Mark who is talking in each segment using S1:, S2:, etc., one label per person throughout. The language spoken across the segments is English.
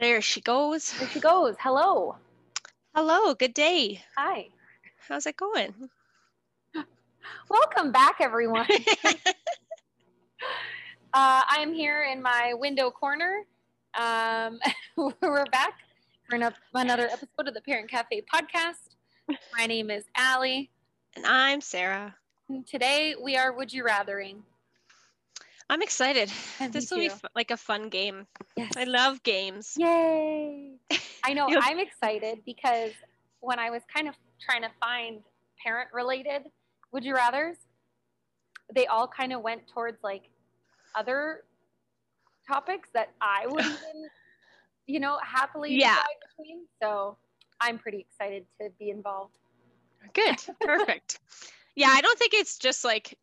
S1: There she goes.
S2: There she goes. Hello.
S1: Hello, good day.
S2: Hi.
S1: How's it going?
S2: Welcome back, everyone. uh, I'm here in my window corner. Um, we're back for an, another episode of the Parent Cafe podcast. My name is Allie.
S1: And I'm Sarah.
S2: And today we are Would You Rathering.
S1: I'm excited.
S2: And me
S1: this will be
S2: too.
S1: f- like a fun game.
S2: Yes.
S1: I love games.
S2: Yay. I know
S1: You'll-
S2: I'm excited because when I was kind of trying to find parent related would you rathers, they all kind of went towards like other topics that I would even, you know, happily
S1: Yeah.
S2: decide between. So I'm pretty excited to be involved.
S1: Good. Perfect. yeah, I don't think it's just like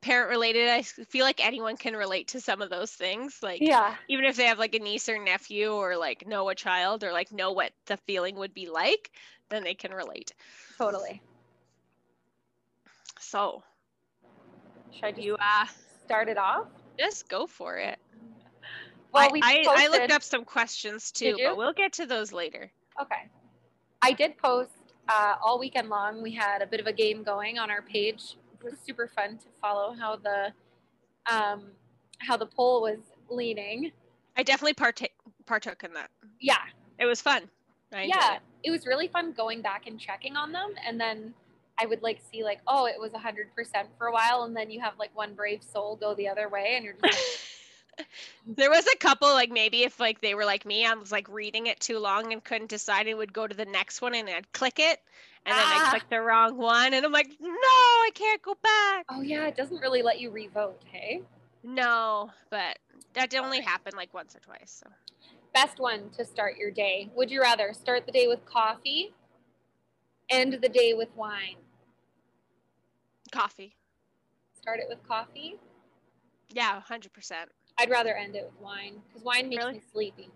S1: parent related. I s- feel like anyone can relate to some of those things. Like
S2: Yeah.
S1: even if they have like a niece or nephew or like know a child or like know what the feeling would be like, then they can relate.
S2: Totally.
S1: So
S2: Should I just
S1: you uh
S2: start it off?
S1: just go for it.
S2: Well,
S1: I,
S2: we
S1: I, I looked
S2: posted-
S1: up some questions too,
S2: Did you?
S1: but we'll get to those later.
S2: Okay. I did post uh, all weekend long. We had a bit of a game going on our page. It was super fun to follow how the um, how the poll was leaning.
S1: I definitely partake, partook in that.
S2: Yeah,
S1: It was fun. I enjoyed
S2: yeah.
S1: it.
S2: It was really fun going back and checking on them, and then I would like see like, oh, it was hundred percent for a while, and then you have like one brave soul go the other way, and you're just like,
S1: There was a couple like maybe if like they were like me, I was like reading it too long and couldn't decide and would go to the next one and I'd click it and then I
S2: Ah.
S1: clicked the wrong one and I'm like, no, I can't go back.
S2: oh yeah, it doesn't really let you revote. Hey,
S1: No, but that only happened like once or twice. So.
S2: best one to start your day. Would you rather start the day with coffee, end the day with wine?
S1: Coffee.
S2: start it with coffee.
S1: Yeah, hundred percent.
S2: I'd rather end it with wine because wine makes
S1: Really?
S2: me sleepy.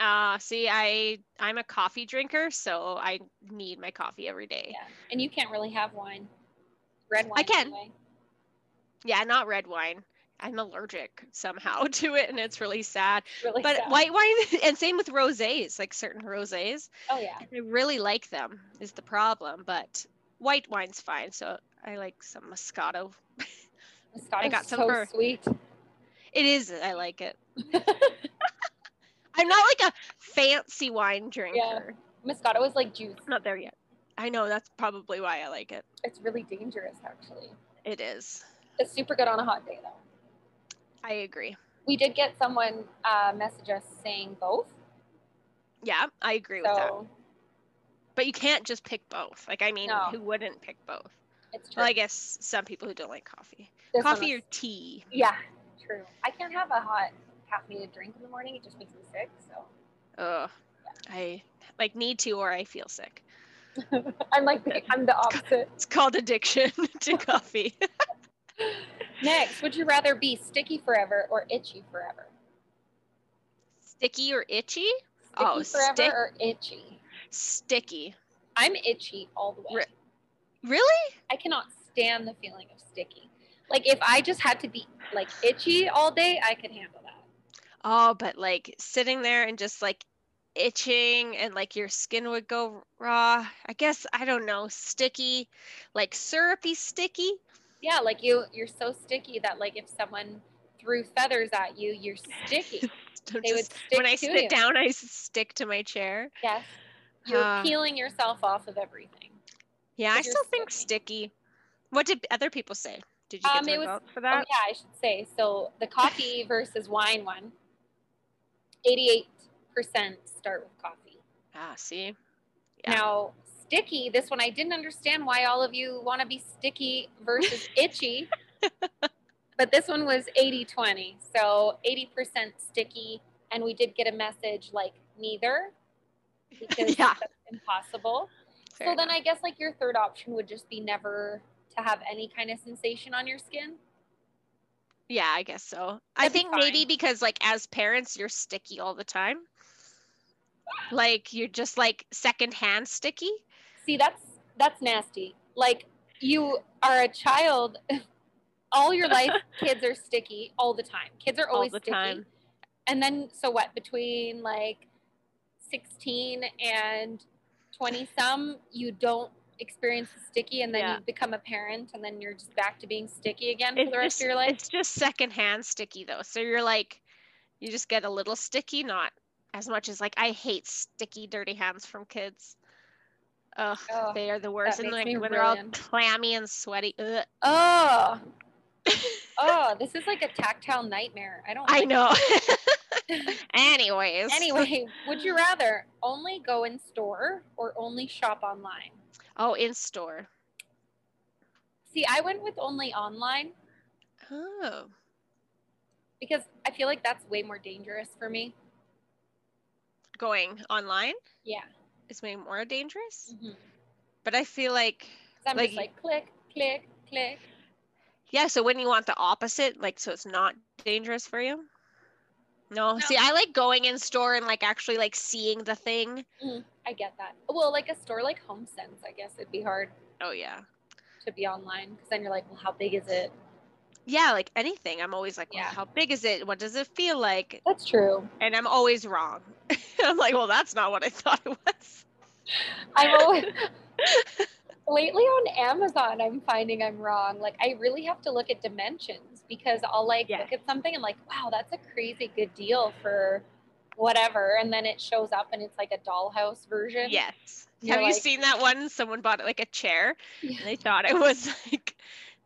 S1: Uh see, I I'm a coffee drinker, so I need my coffee every day.
S2: Yeah, and you can't really have wine, red wine.
S1: can.
S2: anyway.
S1: Yeah, not red wine. I'm allergic somehow to it, and it's really sad.
S2: It's really
S1: But
S2: sad.
S1: white wine, and same with rosés, like certain rosés.
S2: Oh yeah,
S1: I really like them, is the problem. But white wine's fine, so I like some Moscato.
S2: Moscato
S1: got some
S2: so
S1: for-
S2: sweet.
S1: It is, I like it. I'm not like a fancy wine drinker.
S2: Moscato is like juice.
S1: Not there yet. I know that's probably why I like it.
S2: It's really dangerous, actually.
S1: It is.
S2: It's super good on a hot day, though.
S1: I agree.
S2: We did get someone uh, message us saying both,
S1: Yeah, I agree with that.
S2: so
S1: But you can't just pick both. Like, I mean,
S2: No.
S1: who wouldn't pick both?
S2: it's true.
S1: Well, I guess some people who don't like coffee.
S2: This one
S1: coffee
S2: was-
S1: or tea.
S2: yeah, true. I can't have a hot caffeinated drink in the morning; it just makes me sick. So
S1: Oh, I like need to or I feel sick.
S2: I'm like, the, I'm the opposite.
S1: It's called addiction to coffee.
S2: Next, would you rather be sticky forever or itchy forever?
S1: Sticky or itchy?
S2: Sticky
S1: Oh,
S2: forever
S1: stick-
S2: or itchy?
S1: Sticky.
S2: I'm itchy all the way.
S1: Re- Really?
S2: I cannot stand the feeling of sticky. Like if I just had to be like itchy all day, I could handle that.
S1: Oh, but like sitting there and just like itching and like your skin would go raw. I guess I don't know. Sticky, like syrupy sticky.
S2: Yeah, like you you're so sticky that like if someone threw feathers at you, you're sticky.
S1: So
S2: They would
S1: just- when
S2: stick
S1: I
S2: to
S1: sit
S2: you.
S1: down, I s- stick to my chair.
S2: Yes. You're
S1: Ah.
S2: peeling yourself off of everything.
S1: Yeah, I
S2: But you're
S1: still think sticky. What did other people say? Did you get
S2: Um,
S1: the
S2: it was-
S1: results for
S2: Oh
S1: that?
S2: yeah, I should say. So the coffee versus wine one. 88% start with coffee.
S1: Ah, see, Yeah.
S2: Now, sticky, this one I didn't understand why all of you want to be sticky versus itchy. but this one was 80 20. So 80% sticky. And we did get a message like neither because
S1: Yeah.
S2: that's impossible.
S1: Fair
S2: so then I guess like your third option would just be never to have any kind of sensation on your skin.
S1: Yeah, I guess so. I
S2: That'd be
S1: think maybe
S2: fine.
S1: because like as parents, you're sticky all the time. Like you're just like secondhand sticky.
S2: See, that's that's nasty. Like you are a child all your life kids are sticky all the time. Kids are
S1: All
S2: always
S1: the
S2: sticky.
S1: time.
S2: And then so what between like 16 and 20 some, you don't experience the sticky and then
S1: Yeah.
S2: you become a parent and then you're just back to being sticky again for
S1: It's
S2: the rest
S1: just-
S2: of your life.
S1: It's just secondhand sticky though. So you're like, you just get a little sticky, not as much as like I hate sticky, dirty hands from kids. Ugh,
S2: Oh,
S1: they are the worst. And
S2: makes
S1: like
S2: me
S1: when they're all
S2: brilliant.
S1: clammy and sweaty. Ugh.
S2: Oh. oh, this is like a tactile nightmare. I don't
S1: I
S2: like
S1: know. Anyways.
S2: Anyway, would you rather only go in store or only shop online?
S1: Oh, in store.
S2: See, I went with only online
S1: Oh.
S2: because I feel like that's way more dangerous for me.
S1: Going online
S2: Yeah.
S1: is way more dangerous.
S2: Mhm. 'Cause
S1: But I feel like
S2: I'm
S1: Like
S2: just
S1: you-
S2: like click, click, click.
S1: Yeah, so wouldn't you want the opposite? Like, so it's not dangerous for you? No. See, I like going in store and like actually like seeing the thing.
S2: I get that. Well, like a store like HomeSense, I guess it'd be hard
S1: Oh yeah.
S2: to be online because then you're like, well, how big is it?
S1: Yeah, like anything. I'm always like, well,
S2: Yeah.
S1: how big is it? What does it feel like?
S2: That's true.
S1: And I'm always wrong. I'm like, well, that's not what I thought it was.
S2: I'm always lately on Amazon. I'm finding I'm wrong. Like I really have to look at dimensions because I'll like
S1: Yeah.
S2: look at something and like, wow, that's a crazy good deal for whatever, and then it shows up and it's like a dollhouse version.
S1: Yes.
S2: You're
S1: Have you
S2: like-
S1: seen that one? Someone bought it like a chair.
S2: Yeah.
S1: And they thought it was like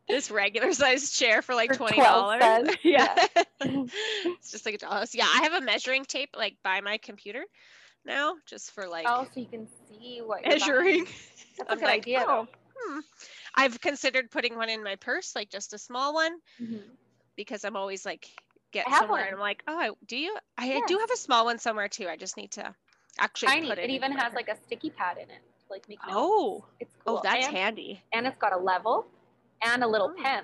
S1: this regular sized chair for like
S2: For
S1: twenty
S2: 12
S1: dollars.
S2: cents,
S1: yeah. it's just like a dollhouse. Yeah, I have a measuring tape like by my computer now, just for like
S2: Oh, so you can see what you're
S1: measuring.
S2: buying. That's a
S1: I'm
S2: good
S1: like,
S2: idea.
S1: oh, hmm. I've considered putting one in my purse, like just a small one,
S2: Mhm.
S1: because I'm always like get
S2: I have
S1: somewhere and I'm
S2: one.
S1: like, oh, I, do you? I, I do have a small one somewhere too. I just need to actually
S2: Tiny.
S1: put
S2: It,
S1: it. in
S2: even
S1: my
S2: has
S1: purse.
S2: like a sticky pad in it to like make notes.
S1: Oh.
S2: it's cool.
S1: oh, that's
S2: and,
S1: handy.
S2: and it's got a level and a little
S1: Oh.
S2: pen,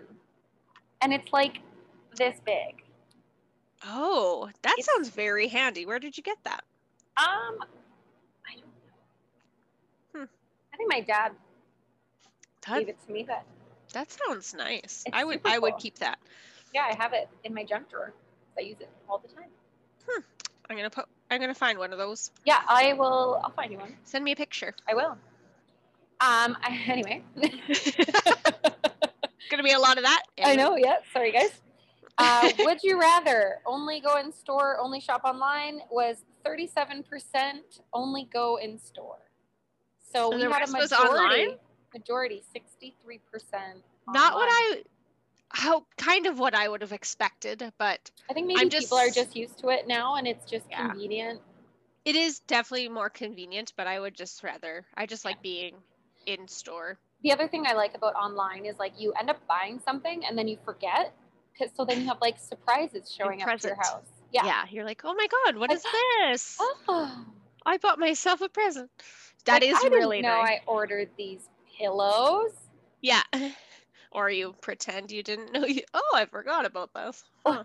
S2: and it's like this big.
S1: Oh, that
S2: It's-
S1: sounds very handy. Where did you get that?
S2: Um, I don't know.
S1: Hmm.
S2: I think my dad
S1: That,
S2: gave it to me, but
S1: that sounds nice.
S2: It's
S1: I would
S2: super
S1: I would
S2: cool.
S1: keep that.
S2: yeah, I have it in my junk drawer. I use it all the time.
S1: I'm gonna put I'm gonna find one of those.
S2: Yeah, I will. I'll find you one.
S1: Send me a picture.
S2: I will. Um. I, anyway,
S1: gonna be a lot of that.
S2: I know. Yeah. Sorry, guys. Uh, would you rather only go in store, only shop online? Was thirty-seven percent only go in store? So
S1: And
S2: we
S1: the
S2: had a
S1: rest was
S2: majority.
S1: online?
S2: Majority, sixty-three percent.
S1: Not what I how kind of what I would have expected, but
S2: I think maybe
S1: I'm just-
S2: people are just used to it now, and it's just
S1: Yeah.
S2: convenient.
S1: it is definitely more convenient, but I would just rather I just like being in store.
S2: The other thing I like about online is like you end up buying something and then you forget, because so then you have like surprises showing up to
S1: present.
S2: your house. Yeah.
S1: You're like, oh my god, what
S2: Like,
S1: is this?
S2: Oh.
S1: I bought myself a present. That is really
S2: No,
S1: nice.
S2: I ordered these pillows.
S1: Yeah. Or you pretend you didn't know you oh, I forgot about this. Huh.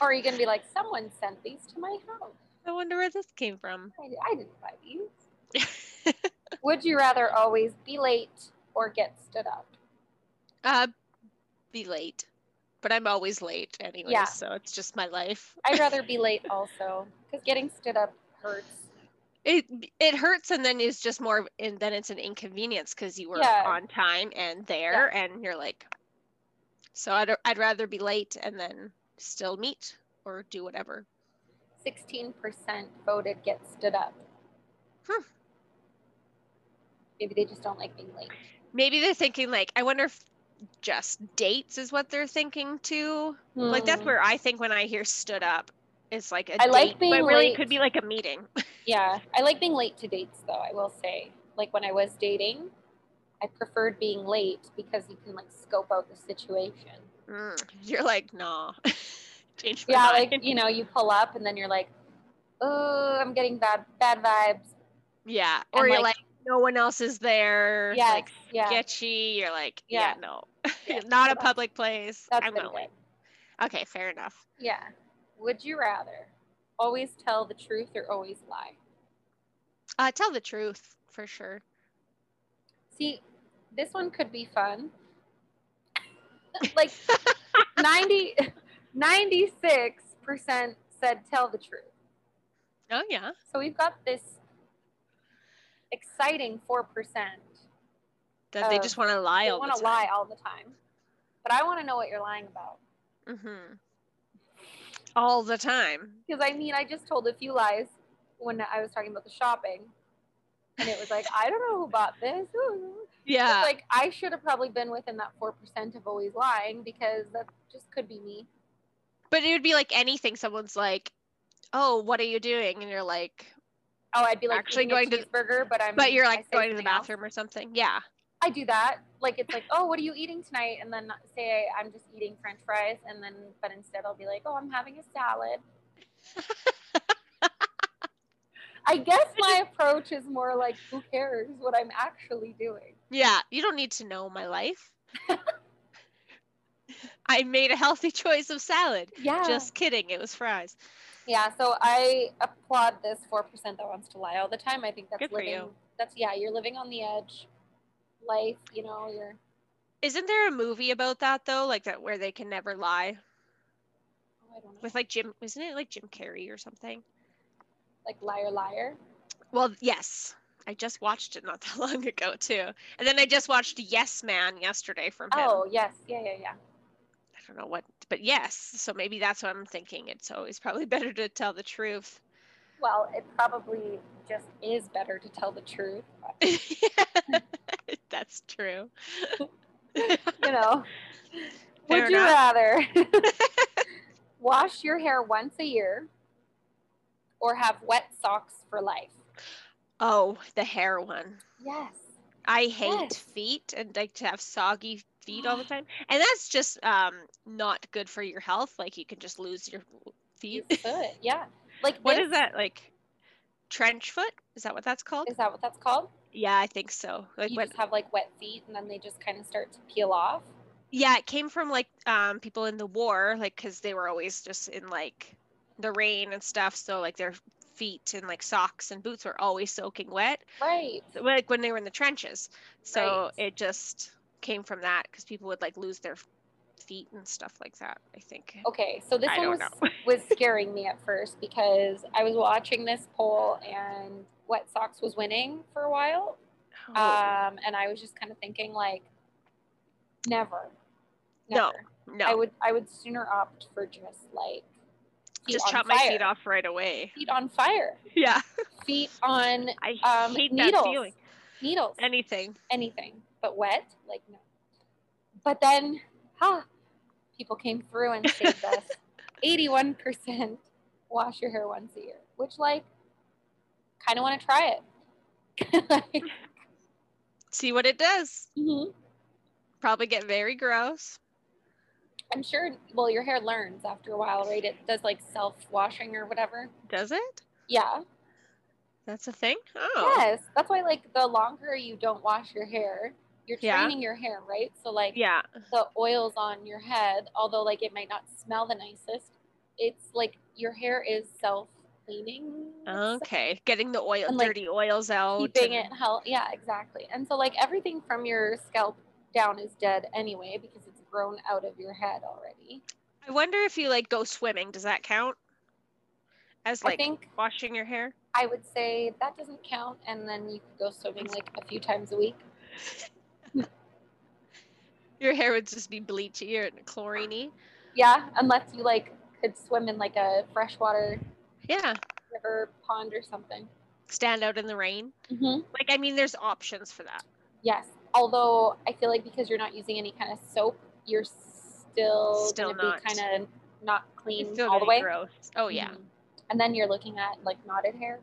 S2: Or are you gonna be like, someone sent these to my house?
S1: I wonder where this came from.
S2: I, I didn't buy these. Would you rather always be late or get stood up?
S1: Uh be late. But I'm always late anyway,
S2: Yeah.
S1: so it's just my life.
S2: I'd rather be late also, because getting stood up hurts.
S1: it it hurts and then it's just more of- and then it's an inconvenience because you were
S2: Yeah.
S1: on time and there and you're like so I'd, I'd rather be late and then still meet or do whatever
S2: 16% voted get stood up.
S1: Hmm.
S2: Maybe they just don't like being late.
S1: maybe they're thinking like i wonder if just dates is what they're thinking too like that's
S2: Hmm.
S1: where i think when i hear stood up it's like a
S2: I like
S1: date,
S2: being
S1: but really
S2: late.
S1: it could be like a meeting
S2: Yeah, I like being late to dates though, I will say. Like when I was dating, I preferred being late because you can like scope out the situation.
S1: Mm, you're like nah change my
S2: Yeah,
S1: mind
S2: like you know, you pull up and then you're like, "Oh, I'm getting bad bad vibes."
S1: yeah or
S2: and,
S1: you're
S2: like-
S1: like, no one else is there
S2: Yes,
S1: like
S2: yeah,
S1: sketchy. You're like, yeah,
S2: Yeah.
S1: no,
S2: Yeah.
S1: not a
S2: That's-
S1: public place.
S2: that's
S1: I'm
S2: pretty
S1: gonna
S2: good.
S1: wait. Okay, fair enough.
S2: Yeah. Would you rather always tell the truth or always lie?
S1: Uh, tell the truth for sure.
S2: See, this one could be fun. like 90 96% said tell the truth.
S1: Oh yeah.
S2: So we've got this exciting 4%.
S1: That they
S2: Uh,
S1: just want to lie
S2: They
S1: all
S2: want
S1: the
S2: to
S1: time.
S2: lie all the time. But I want to know what you're lying about.
S1: Mm-hmm. All the time.
S2: Because I mean, I just told a few lies when I was talking about the shopping. And it was like, I don't know who bought this. Ooh.
S1: Yeah.
S2: It's like I should have probably been within that four percent of always lying because that just could be me.
S1: but it would be like anything. Someone's like, "Oh, what are you doing?" And you're like,
S2: Oh, I'd be like
S1: Actually
S2: eating a
S1: going to the-
S2: cheeseburger, but I'm
S1: "But you're
S2: I
S1: like
S2: say
S1: going to the
S2: something else.
S1: bathroom or something." Yeah.
S2: I do that. Like it's like, oh, what are you eating tonight? And then say I'm just eating French fries, and then but instead I'll be like, oh, I'm having a salad. I guess my approach is more like, who cares what I'm actually doing?
S1: Yeah, you don't need to know my life. I made a healthy choice of salad.
S2: Yeah.
S1: Just kidding, it was fries.
S2: Yeah, so I applaud this four percent that wants to lie all the time. I think that's
S1: Good for
S2: living.
S1: you.
S2: That's yeah, you're living on the edge. Life, you know, you're.
S1: Isn't there a movie about that though? Like that where they can never lie
S2: Oh, I don't know,
S1: with like Jim, isn't it like Jim Carrey or something?
S2: like liar, liar.
S1: Well, yes. I just watched it not that long ago too. And then I just watched Yes Man yesterday from him.
S2: Oh yes, yeah, yeah, yeah.
S1: I don't know what, but yes. So maybe that's what I'm thinking. It's always probably better to tell the truth.
S2: Well, it probably just is better to tell the truth. but,
S1: that's true.
S2: You know,
S1: Fair
S2: would you
S1: enough.
S2: rather wash your hair once a year or have wet socks for life?
S1: Oh, the hair one.
S2: Yes.
S1: I hate
S2: Yes.
S1: feet and like to have soggy feet all the time. And that's just um not good for your health. Like you can just lose your
S2: You
S1: feet.
S2: could, yeah. Like
S1: what
S2: this-
S1: is that like? Trench foot? Is that what that's called?
S2: Is that what that's called?
S1: Yeah, I think so. Like
S2: you
S1: when
S2: just have like wet feet and then they just kind of start to peel off.
S1: yeah, it came from like um people in the war like cuz they were always just in like the rain and stuff, so like their feet and like socks and boots were always soaking wet.
S2: Right.
S1: like when they were in the trenches. So
S2: Right.
S1: it just came from that because people would like lose their feet and stuff like that. I think.
S2: Okay, so this
S1: I
S2: one
S1: don't
S2: was,
S1: know.
S2: was scaring me at first because I was watching this poll and wet socks was winning for a while.
S1: Oh,
S2: Um, and I was just kind of thinking like never.
S1: No,
S2: Never.
S1: no,
S2: I would I would sooner opt for just like feet
S1: just
S2: on
S1: chop my
S2: fire.
S1: feet off right away.
S2: Feet on fire.
S1: Yeah,
S2: Feet on
S1: I
S2: um
S1: hate
S2: needles.
S1: that feeling.
S2: Needles.
S1: Anything.
S2: anything but wet like no but then ha people came through and saved us 81% wash your hair once a year which like kind of want to try it like,
S1: See what it does.
S2: mhm.
S1: Probably get very gross.
S2: i'm sure well your hair learns after a while right it does like self washing or whatever
S1: Does it?
S2: yeah
S1: That's a thing. Oh,
S2: yes that's why like the longer you don't wash your hair you're
S1: Yeah.
S2: training your hair right so like
S1: yeah.
S2: the oils on your head, although like it might not smell the nicest, it's like your hair is self cleaning,
S1: Okay, getting the oil,
S2: And, like,
S1: dirty oils out.
S2: keeping it
S1: and-
S2: healthy. Yeah, exactly. And so like everything from your scalp down is dead anyway because it's grown out of your head already.
S1: I wonder if you like go swimming. Does that count as
S2: I
S1: like
S2: think
S1: washing your hair?
S2: I would say that doesn't count, and then you could go swimming like a few times a week.
S1: Your hair would just be bleachy or chloriney.
S2: Yeah, unless you like could swim in like a freshwater
S1: Yeah,
S2: river pond or something.
S1: stand out in the rain.
S2: Mm-hmm.
S1: Like I mean, there's options for that.
S2: Yes. Although I feel like because you're not using any kind of soap, you're still,
S1: Still
S2: gonna
S1: not.
S2: be kind of not clean
S1: It's still
S2: all the
S1: gonna
S2: way.
S1: be gross. Oh yeah,
S2: Mhm. And then you're looking at like knotted hair.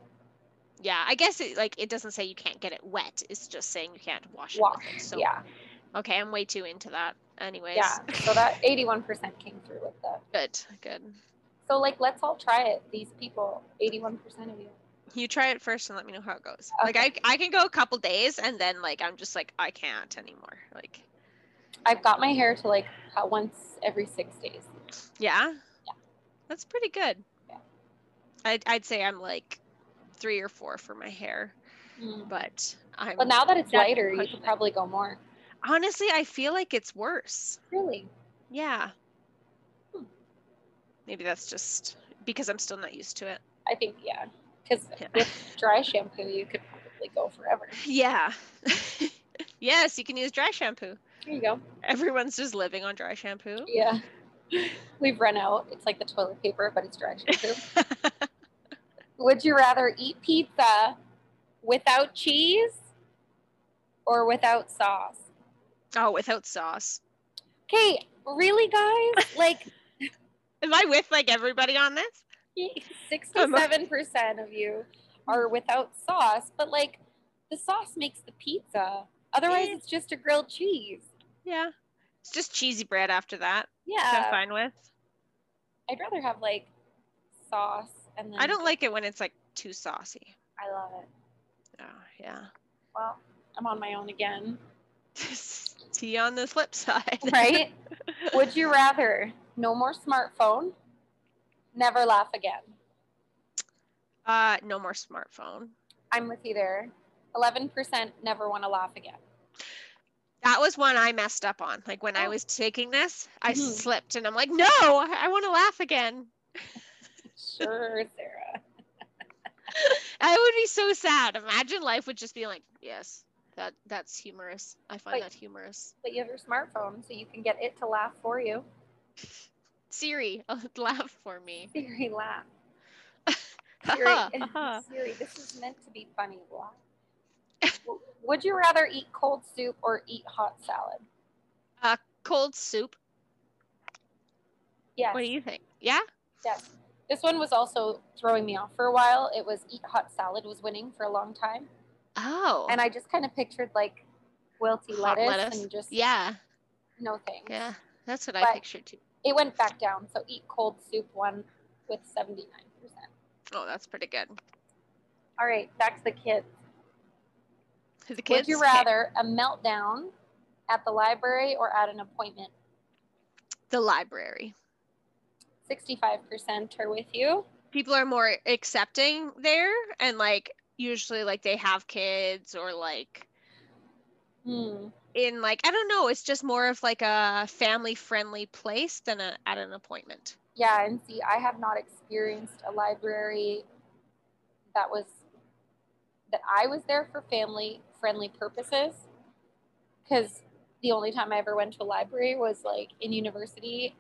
S1: yeah. I guess it like it doesn't say you can't get it wet. It's just saying you can't wash.
S2: Wash.
S1: It with it. So
S2: yeah.
S1: okay, I'm way too into that. Anyways,
S2: Yeah. So that 81% came through with that.
S1: good, good.
S2: So like, let's all try it. These people, 81% of you.
S1: You try it first and let me know how it goes. Like
S2: Okay.
S1: I, I can go a couple days and then like I'm just like I can't anymore. Like
S2: I've got my hair to like uh, once every six days.
S1: yeah, that's pretty good.
S2: Yeah.
S1: I'd I'd say I'm like three or four for my hair,
S2: Mm.
S1: but I'm.
S2: But now that it's
S1: That's
S2: lighter, you
S1: pushing
S2: should
S1: it.
S2: probably go more.
S1: Honestly, I feel like it's worse.
S2: Really?
S1: Yeah.
S2: Hmm.
S1: Maybe that's just because I'm still not used to it.
S2: I think yeah. Because
S1: Yeah.
S2: with dry shampoo, you could probably go forever.
S1: Yeah. yes, you can use dry shampoo.
S2: Here you go.
S1: Everyone's just living on dry shampoo.
S2: Yeah. We've run out. It's like the toilet paper, but it's dry shampoo. Would you rather eat pizza without cheese or without sauce?
S1: Oh, without sauce.
S2: Okay, really, guys? Like
S1: Am I with like everybody on this?
S2: 67% of you are without sauce, but like the sauce makes the pizza. Otherwise,
S1: Yeah.
S2: it's just a grilled cheese.
S1: Yeah. It's just cheesy bread after that. which I'm
S2: Yeah.
S1: fine with.
S2: I'd rather have like sauce and then
S1: I don't like it when it's like too saucy.
S2: I love it.
S1: Oh, yeah.
S2: Well, I'm on my own again.
S1: See on the flip side.
S2: Right? Would you rather no more smartphone, never laugh again?
S1: Uh, no more smartphone.
S2: I'm with you there. 11% never want to laugh again.
S1: That was one I messed up on. Like when I
S2: Oh.
S1: was taking this, I
S2: Mhm.
S1: slipped and I'm like, no, I, want to laugh again.
S2: Sure, Sarah.
S1: I would be so sad. Imagine life would just be like, yes, that that's humorous. I find
S2: Wait.
S1: that humorous.
S2: But you have your smartphone, so you can get it to laugh for you.
S1: Siri, laugh for me.
S2: Siri, laugh. Siri,
S1: Uh-huh. Haha.
S2: Siri, this is meant to be funny. Laugh. Would you rather eat cold soup or eat hot salad?
S1: Cold soup.
S2: Yes.
S1: What do you think? Yeah.
S2: Yes. This one was also throwing me off for a while. It was eat hot salad was winning for a long time.
S1: Oh.
S2: And I just kind of pictured like wilty
S1: Hot
S2: lettuce,
S1: lettuce.
S2: and just
S1: yeah.
S2: no thanks.
S1: Yeah. That's what I
S2: But-
S1: pictured too.
S2: It went back down. So eat cold soup one with 79%.
S1: Oh, that's pretty good.
S2: All right, back to the kids.
S1: The kids.
S2: Would you
S1: Okay.
S2: rather a meltdown at the library or at an appointment?
S1: The library.
S2: 65% are with you.
S1: people are more accepting there and like usually like they have kids or like
S2: Hmm.
S1: in like i don't know it's just more of like a family friendly place than a, at an appointment
S2: Yeah, and see, I have not experienced a library that was that I was there for family friendly purposes because the only time I ever went to a library was like in university.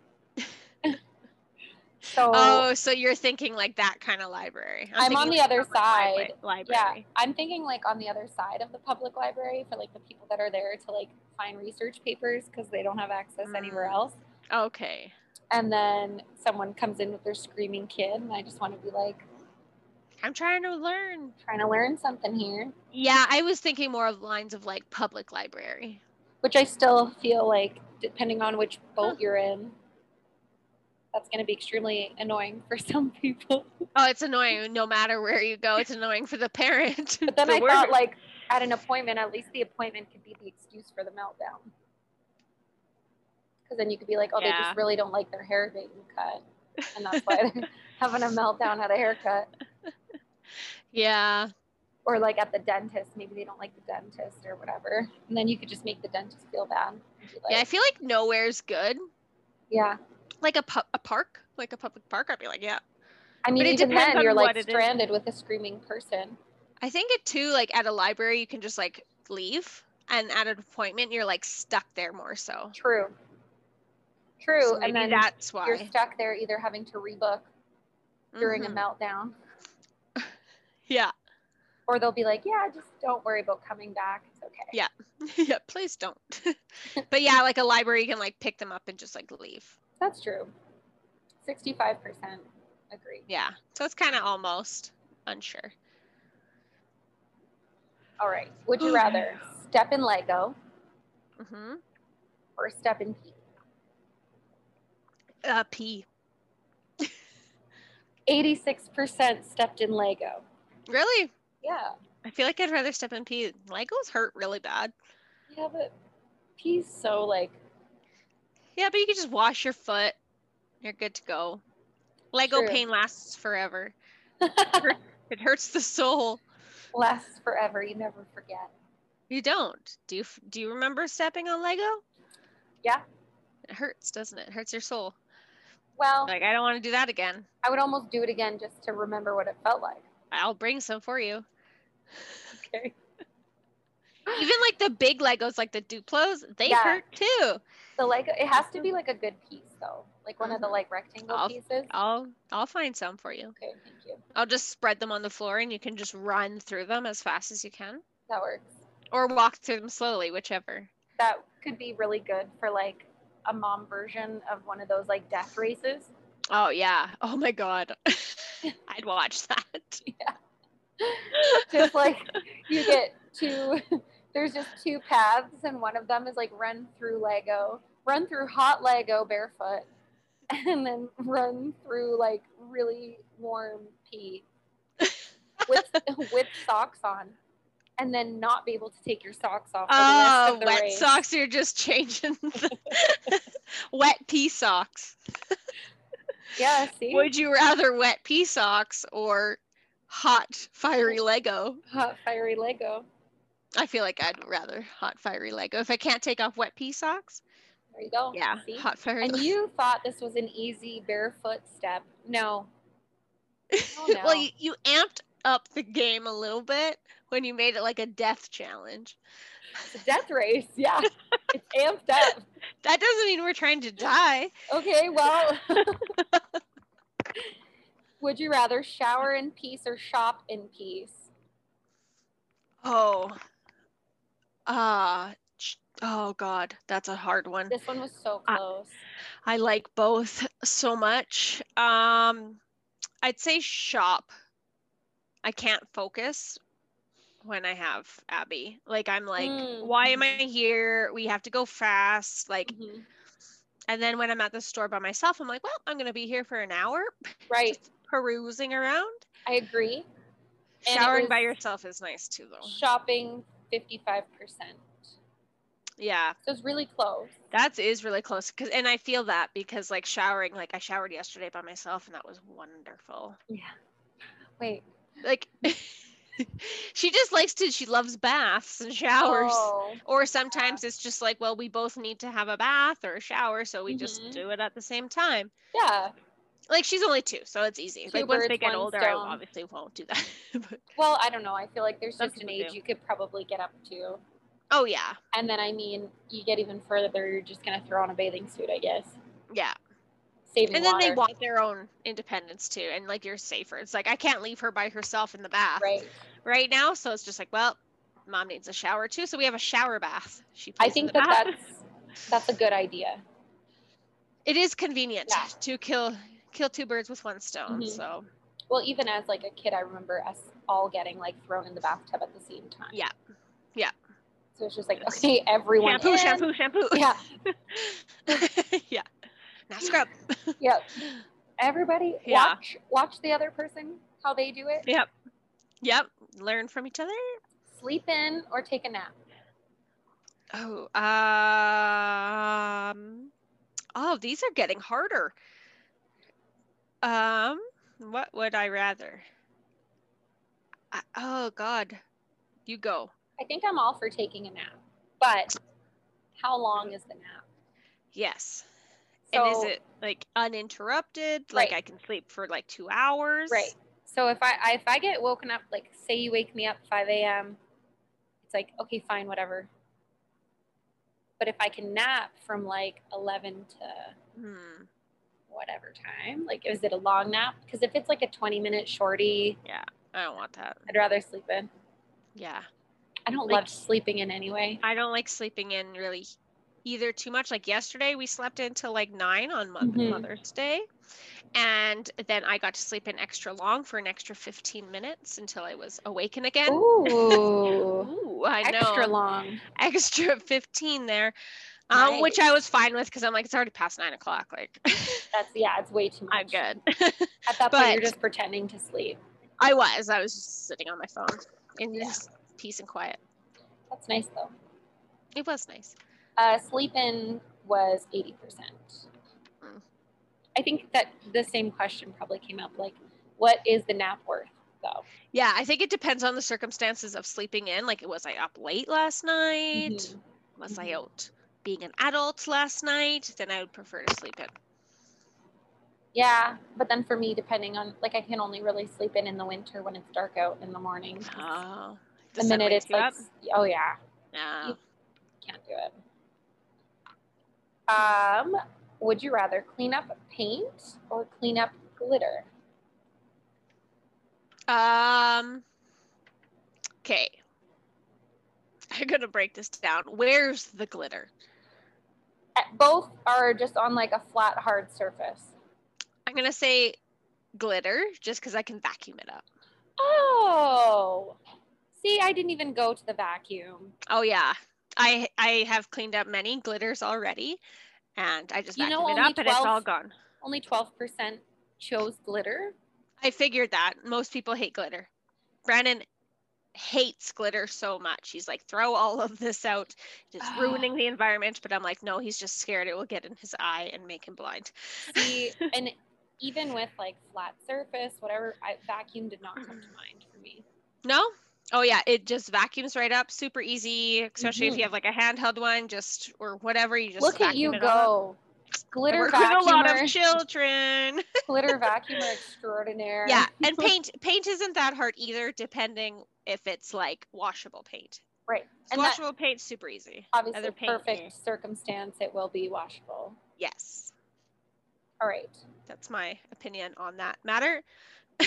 S2: so
S1: oh so you're thinking like that kind of library
S2: I'm on
S1: thinking
S2: the other
S1: public libra-
S2: side. yeah,
S1: library
S2: I'm thinking like on the other side of the public library for like the people that are there to like find research papers because they don't have access anywhere
S1: Mm.
S2: else.
S1: okay
S2: And then someone comes in with their screaming kid, and I just want to be like,
S1: i'm trying to learn
S2: trying to learn something here,
S1: yeah i was thinking more of lines of like public library
S2: which I still feel like, depending on which boat you're in, that's going to be extremely annoying for some people.
S1: oh it's annoying no matter where you go it's annoying for the parent
S2: But then
S1: the
S2: I thought,
S1: work.
S2: like, at an appointment, at least the appointment could be the excuse for the meltdown. Because then you could be like, oh, they
S1: Yeah.
S2: just really don't like their hair being cut. And that's why they're having a meltdown at a haircut.
S1: yeah
S2: Or like at the dentist, maybe they don't like the dentist or whatever. And then you could just make the dentist feel bad. and be
S1: yeah i
S2: like,
S1: feel like nowhere's good
S2: yeah.
S1: like a, pu- a park, like a public park, I'd be like, yeah.
S2: I mean,
S1: it
S2: even
S1: depends
S2: then,
S1: on
S2: you're
S1: what
S2: like
S1: it is.
S2: stranded with a screaming person.
S1: I think it too, like at a library, you can just like leave, and at an appointment, you're like stuck there more so.
S2: True. True.
S1: So maybe
S2: and then
S1: that's
S2: you're
S1: why.
S2: stuck there either having to rebook during
S1: Mhm.
S2: a meltdown,
S1: yeah,
S2: or they'll be like, yeah, just don't worry about coming back. It's okay.
S1: yeah. Please don't. but yeah, like a library, you can like pick them up and just like leave.
S2: That's true. 65% agree.
S1: Yeah, so it's kind of almost unsure.
S2: All right. Would you
S1: Oh,
S2: rather step in Lego
S1: Mm-hmm.
S2: or step in pee?
S1: Uh, pee.
S2: 86% stepped in Lego.
S1: Really?
S2: Yeah.
S1: I feel like I'd rather step in pee. Legos hurt really bad.
S2: Yeah, but pee's so like,
S1: Yeah, but you can just wash your foot. You're good to go. Lego
S2: True.
S1: pain lasts forever. It hurts the soul.
S2: lasts forever. You never forget.
S1: You don't. Do you, f- do you remember stepping on Lego?
S2: Yeah.
S1: It hurts, doesn't it? It hurts your soul.
S2: Well,
S1: Like I don't want to do that again.
S2: I would almost do it again just to remember what it felt like.
S1: I'll bring some for you.
S2: Okay.
S1: Even like the big Legos, like the Duplos, they
S2: Yeah.
S1: hurt too.
S2: The Lego, it has to be like a good piece though, like one of the like rectangle
S1: Mm-hmm. I'll-
S2: pieces.
S1: I'll I'll find some for you.
S2: okay, thank you.
S1: I'll just spread them on the floor and you can just run through them as fast as you can.
S2: That works.
S1: Or walk through them slowly, whichever.
S2: That could be really good for like a mom version of one of those like death races.
S1: Oh yeah. Oh my god. I'd watch that.
S2: Just like you get two, there's just two paths, and one of them is like run through Lego, run through hot Lego barefoot, and then run through like really warm pee with with socks on, and then not be able to take your socks off. For the rest
S1: Oh,
S2: of the
S1: wet
S2: race.
S1: socks. You're just changing the wet pea socks.
S2: Yeah, see,
S1: Would you rather wet pea socks or hot, fiery Lego?
S2: hot fiery Lego.
S1: I feel like I'd rather hot, fiery Lego. If I can't take off wet pea socks,
S2: There you go.
S1: yeah,
S2: See?
S1: hot, fiery
S2: And
S1: Lego.
S2: you thought this was an easy barefoot step. No. Oh, no.
S1: well, you, you amped up the game a little bit when you made it like a death challenge.
S2: It's a death race. Yeah. It's amped up.
S1: That doesn't mean we're trying to die.
S2: Okay, well. Would you rather shower in peace or shop in peace?
S1: Oh. Ah. sh- oh God, that's a hard one.
S2: This one was so
S1: Uh,
S2: close.
S1: I like both so much. Um, I'd say shop. I can't focus when I have Abby. Like I'm like,
S2: Mm,
S1: why am I here? We have to go fast. Like,
S2: Mhm.
S1: and then when I'm at the store by myself, I'm like, well, I'm gonna be here for an hour
S2: Right.
S1: perusing around.
S2: I agree. And it
S1: Showering by
S2: was-
S1: yourself is nice too, though.
S2: Shopping 55%.
S1: Yeah,
S2: So it's really close.
S1: that is really close. Cause and I feel that because like showering, like I showered yesterday by myself, and that was wonderful.
S2: Wait.
S1: like she just likes to she loves baths and showers
S2: Oh,
S1: or sometimes it's just like well we both need to have a bath or a shower so we
S2: Mhm.
S1: just do it at the same time
S2: yeah.
S1: like she's only two so it's easy
S2: Two
S1: like once they
S2: birds,
S1: get
S2: one
S1: older i
S2: stone.
S1: obviously won't do that But-
S2: Well, I don't know. I feel like there's
S1: Some
S2: just an
S1: people
S2: age
S1: do.
S2: you could probably get up to.
S1: oh yeah
S2: And then, I mean, you get even further, you're just going to throw on a bathing suit, I guess.
S1: yeah
S2: Saving
S1: and then they
S2: water.
S1: want their own independence too and like you're safer it's like i can't leave her by herself in the bath
S2: Right.
S1: right now so it's just like well mom needs a shower too so we have a shower bath she plays
S2: I
S1: in
S2: think
S1: the
S2: that
S1: bath.
S2: that's, that's a good idea.
S1: it is convenient
S2: Yeah.
S1: to kill kill two birds with one stone
S2: Mhm.
S1: so
S2: Well, even as like a kid, I remember us all getting like thrown in the bathtub at the same time.
S1: Yeah. Yeah.
S2: So it's just like, okay, everyone. in.
S1: shampoo shampoo shampoo
S2: Yeah.
S1: yeah now scrub
S2: Yeah. Everybody
S1: Yeah.
S2: watch watch the other person how they do it.
S1: yep yep learn from each other
S2: Sleep in or take a nap.
S1: oh um oh these are getting harder um what would i rather I, oh god you go
S2: I think I'm all for taking a nap, but how long is the nap?
S1: yes
S2: So,
S1: and is it like uninterrupted? Like
S2: Right.
S1: I can sleep for like two hours?
S2: Right. So if I I- if I get woken up, like say you wake me up 5 a.m., it's like okay, fine, whatever. But if I can nap from like 11 to
S1: Hmm.
S2: whatever time, like is it a long nap? Because if it's like a 20 minute shorty,
S1: I don't want that.
S2: I'd rather sleep in.
S1: Yeah.
S2: I don't
S1: Like-
S2: love sleeping in anyway.
S1: I don't like sleeping in really either too much. Like yesterday, we slept until like nine on Mo-
S2: Mhm.
S1: Mother's Day. And then I got to sleep in extra long for an extra 15 minutes until I was awakened again.
S2: Ooh,
S1: Ooh, I
S2: extra
S1: know.
S2: long.
S1: Extra 15 there, um, which I was fine with because I'm like, it's already past nine o'clock. Like,
S2: That's yeah, it's way too much.
S1: I'm good.
S2: At that point,
S1: But-
S2: you're just pretending to sleep.
S1: I was. I was just sitting on my phone in just peace and quiet.
S2: That's nice though.
S1: It was nice.
S2: Uh, sleep in was 80%.
S1: Mm.
S2: I think that the same question probably came up like, what is the nap worth though?
S1: Yeah, I think it depends on the circumstances of sleeping in. Like, was I up late last night?
S2: Mhm.
S1: Was I
S2: Mhm.
S1: out being an adult last night? Then I would prefer to sleep in.
S2: Yeah, but then for me, depending on like, I can only really Mm-hmm. sleep in in the winter when it's dark out in the morning.
S1: Oh,
S2: 'cause the minute it's like, s- oh yeah,
S1: No.
S2: Can't do it. Um, would you rather clean up paint or clean up glitter?
S1: Um. Okay. I'm gonna break this down. Where's the glitter?
S2: Uh, Both are just on like a flat, hard surface.
S1: I'm gonna say glitter, just because I can vacuum it up.
S2: Oh, see, I didn't even go to the vacuum.
S1: Oh yeah, I I have cleaned up many glitters already, and I just
S2: You
S1: vacuumed
S2: know,
S1: it
S2: only
S1: up and it's
S2: 12
S1: all gone.
S2: Only 12% chose glitter.
S1: I figured that most people hate glitter. Brandon hates glitter so much. He's like, throw all of this out. It's ruining the environment. But I'm like, no, he's just scared it will get in his eye and make him blind.
S2: See, and even with like flat surface, whatever, I, vacuum did not come to
S1: Mm-hmm.
S2: mind for me.
S1: No? Oh yeah, it just vacuums right up, super easy, especially if you have like a handheld one, just or whatever. You just
S2: Mhm. Look at you
S1: vacuum it all up.
S2: go.
S1: I
S2: Glitter
S1: work with a lot of
S2: vacuumer,
S1: children.
S2: glitter vacuumer extraordinaire.
S1: yeah, and paint paint isn't that hard either, depending if it's like washable paint.
S2: Right. And that
S1: washable paint's super easy.
S2: obviously
S1: other paint,
S2: perfect
S1: mm.
S2: circumstance, it will be washable.
S1: Yes.
S2: All right.
S1: that's my opinion on that matter.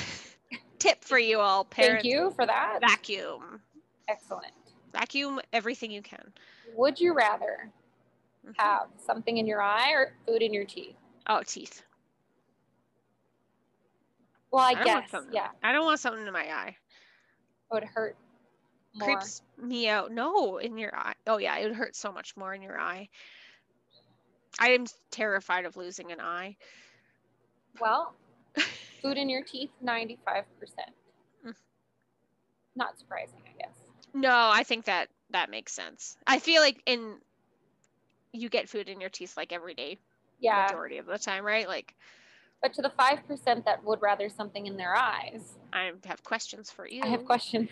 S1: Tip for you all, parents.
S2: Thank you for that.
S1: Vacuum.
S2: Excellent.
S1: Vacuum everything you can.
S2: Would you rather
S1: Mhm.
S2: have something in your eye or food in your teeth?
S1: Oh, teeth.
S2: Well, I,
S1: I don't want
S2: guess,
S1: something.
S2: yeah,
S1: I don't want something in my eye.
S2: it would hurt more.
S1: Creeps me out. No, in your eye. Oh yeah, it would hurt so much more in your eye. I am terrified of losing an eye.
S2: Well, food in your teeth, 95%.
S1: Mm.
S2: Not surprising, I guess.
S1: No, I think that that makes sense. I feel like in you get food in your teeth like every day,
S2: Yeah,
S1: majority of the time, right? Like
S2: but to the 5% that would rather something in their eyes,
S1: I have questions for you.
S2: I have questions.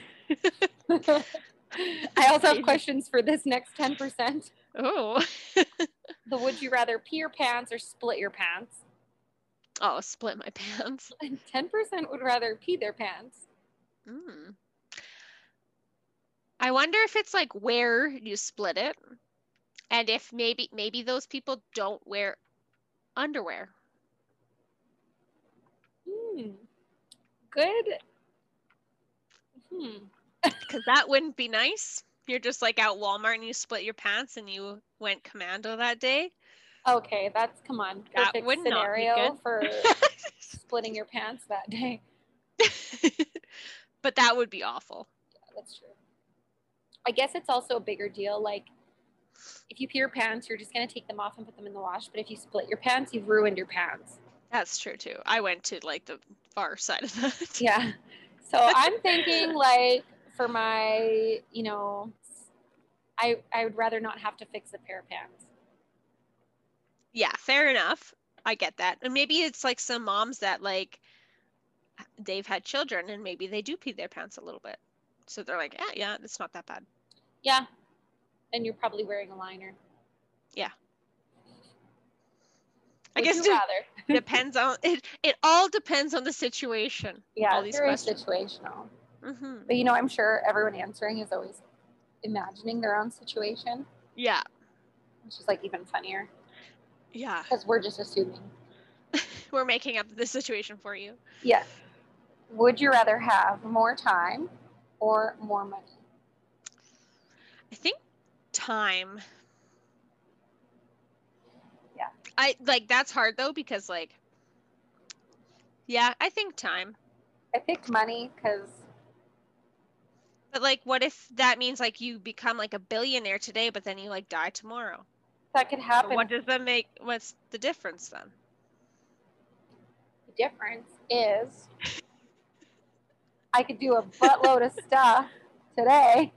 S2: I also have questions for this next 10%.
S1: Oh.
S2: The would you rather pee your pants or split your pants?
S1: Oh, split my pants.
S2: And 10% would rather pee their pants.
S1: Mm. I wonder if it's like where you split it, and if maybe maybe those people don't wear underwear.
S2: Hmm. Good. Hmm.
S1: Because that wouldn't be nice. You're just like at Walmart and you split your pants and you went commando that day.
S2: Okay, that's come on.
S1: That
S2: Perfect
S1: would not be
S2: scenario
S1: good.
S2: for splitting your pants that day.
S1: but that would be awful.
S2: That's true. I guess it's also a bigger deal. Like, if you pee your pants, you're just gonna take them off and put them in the wash. But if you split your pants, you've ruined your pants.
S1: That's true too. I went to like the far side of that.
S2: Yeah. So I'm thinking like for my, you know, I I would rather not have to fix a pair of pants.
S1: yeah fair enough i get that and maybe it's like some moms that like they've had children and maybe they do pee their pants a little bit so they're like yeah yeah it's not that bad
S2: Yeah. And you're probably wearing a liner.
S1: i
S2: Would
S1: guess
S2: you
S1: it
S2: rather.
S1: depends on it it all depends on the situation
S2: Yeah,
S1: all
S2: it's
S1: these
S2: very
S1: questions.
S2: situational.
S1: hmm
S2: But you know, I'm sure everyone answering is always imagining their own situation,
S1: yeah
S2: which is like even funnier
S1: yeah
S2: because we're just assuming.
S1: we're making up the situation for you
S2: Yeah. Would you rather have more time or more money?
S1: i think time
S2: Yeah.
S1: i like that's hard though because like yeah i think time
S2: I picked money because
S1: But like, what if that means like you become like a billionaire today, but then you like die tomorrow?
S2: that could
S1: So
S2: happen.
S1: What does that make? What's the difference then?
S2: the difference is I could do a buttload of stuff today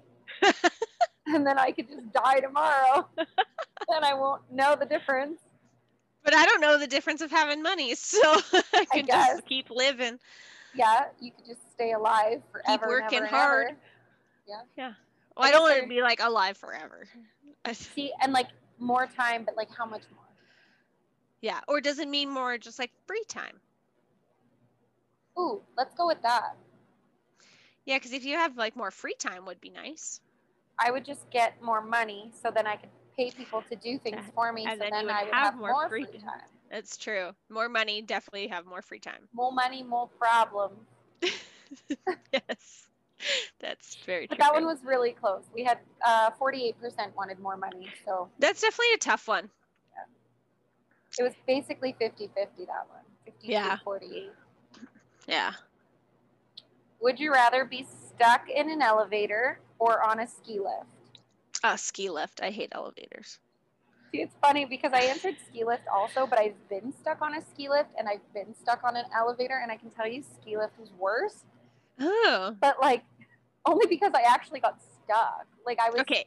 S2: and then I could just die tomorrow and I won't know the difference.
S1: But I don't know the difference of having money, so I can
S2: guess.
S1: just keep living.
S2: Yeah, you could just stay alive forever. and
S1: working
S2: ever and
S1: hard.
S2: ever.
S1: Well,
S2: I
S1: I don't
S2: guess
S1: want
S2: there-
S1: to be like alive forever. I th-
S2: See, and like more time, but like how much more?
S1: yeah, or does it mean more just like free time?
S2: Ooh, let's go with that.
S1: Yeah, because if you have like more free time, would be nice.
S2: I would just get more money so then I could pay people to do things
S1: That-
S2: for me.
S1: and
S2: so
S1: then
S2: then,
S1: you would
S2: I would
S1: have
S2: have,
S1: more
S2: more,
S1: free-
S2: free time.
S1: That's true. More money, definitely have more free time.
S2: More money, more problems.
S1: yes. That's very
S2: But
S1: true.
S2: that one was really close. We had uh, 48% wanted more money. So
S1: That's definitely a tough one.
S2: it was basically 50 50 that one. 50
S1: Yeah.
S2: 48.
S1: Yeah.
S2: Would you rather be stuck in an elevator or on a ski lift?
S1: Uh, ski lift. I hate elevators.
S2: See, it's funny because I answered ski lift also, but I've been stuck on a ski lift and I've been stuck on an elevator. And I can tell you, ski lift was worse,
S1: Oh.
S2: but like only because I actually got stuck. Like I was,
S1: Okay.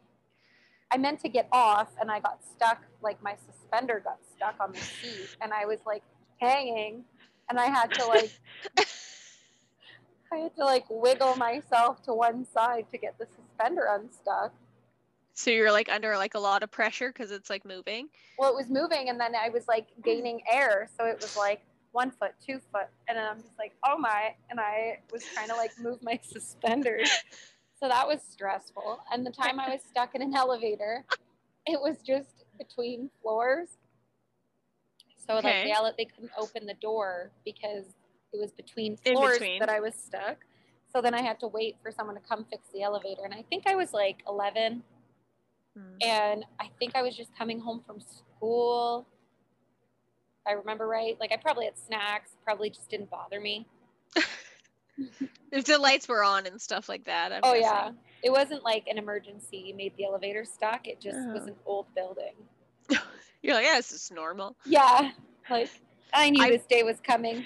S2: I meant to get off and I got stuck. Like my suspender got stuck on the seat and I was like hanging and I had to like, I had to like wiggle myself to one side to get the suspender unstuck.
S1: So you're like under like a lot of pressure because it's like moving.
S2: well it was moving and then i was like gaining air so it was like one foot two foot and then i'm just like oh my and i was trying to like move my suspenders so that was stressful and the time i was stuck in an elevator it was just between floors so like
S1: Okay.
S2: the ele- they couldn't open the door because it was between
S1: In
S2: floors
S1: between.
S2: that i was stuck so then i had to wait for someone to come fix the elevator and i think i was like 11 Hmm. and I think I was just coming home from school. If I remember right. Like I probably had snacks, probably just didn't bother me.
S1: If the lights were on and stuff like that. I'm
S2: oh
S1: guessing.
S2: yeah. It wasn't like an emergency made the elevator stuck. It just was
S1: Oh.
S2: an old building.
S1: You're like, yeah, this is normal.
S2: Yeah. Like I knew
S1: I-
S2: this day was coming.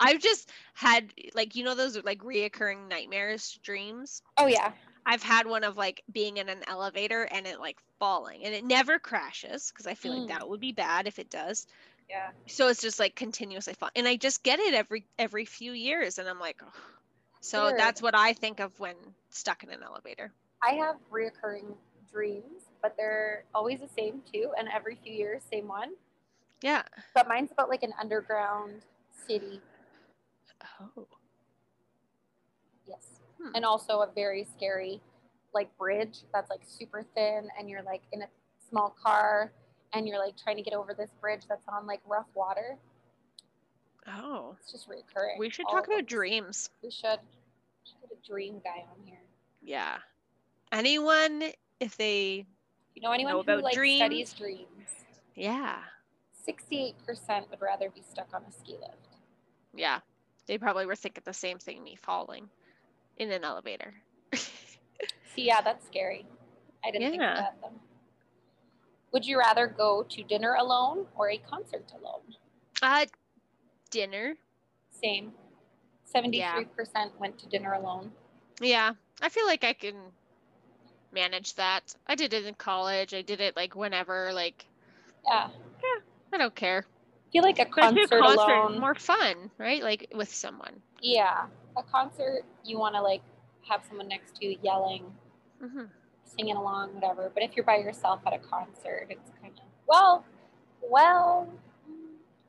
S1: I've just had like you know those like reoccurring nightmares dreams.
S2: Oh yeah.
S1: I've had one of like being in an elevator and it like falling and it never crashes because I feel
S2: Mm.
S1: like that would be bad if it does.
S2: Yeah.
S1: So it's just like continuously fall and I just get it every every few years and I'm like "Ugh." so
S2: Weird.
S1: that's what I think of when stuck in an elevator.
S2: I have reoccurring dreams, but they're always the same too, and every few years, same one.
S1: Yeah.
S2: But mine's about like an underground city.
S1: Oh.
S2: Yes.
S1: Hmm.
S2: And also a very scary like bridge that's like super thin and you're like in a small car and you're like trying to get over this bridge that's on like rough water.
S1: Oh.
S2: It's just recurring.
S1: We should
S2: all
S1: talk
S2: of
S1: about
S2: those.
S1: dreams.
S2: We should. We should get a dream guy on here.
S1: Yeah. Anyone if they
S2: You know anyone
S1: Know
S2: who
S1: about
S2: like
S1: dreams?
S2: studies dreams?
S1: yeah.
S2: Sixty-eight percent would rather be stuck on a ski lift.
S1: Yeah. They probably were thinking the same thing me falling in an elevator.
S2: See, yeah, that's scary. I didn't think
S1: Yeah.
S2: of that though. Would you rather go to dinner alone or a concert alone?
S1: Uh dinner.
S2: Same. 73% went to dinner alone.
S1: Yeah. I feel like I can manage that. I did it in college. I did it like whenever like
S2: Yeah.
S1: I don't care.
S2: I feel like a
S1: Especially a
S2: concert, alone.
S1: more fun, right? Like with someone.
S2: yeah. A concert, you want to like have someone next to you yelling,
S1: hmm
S2: singing along, whatever. But if you're by yourself at a concert, it's kind of, well, well,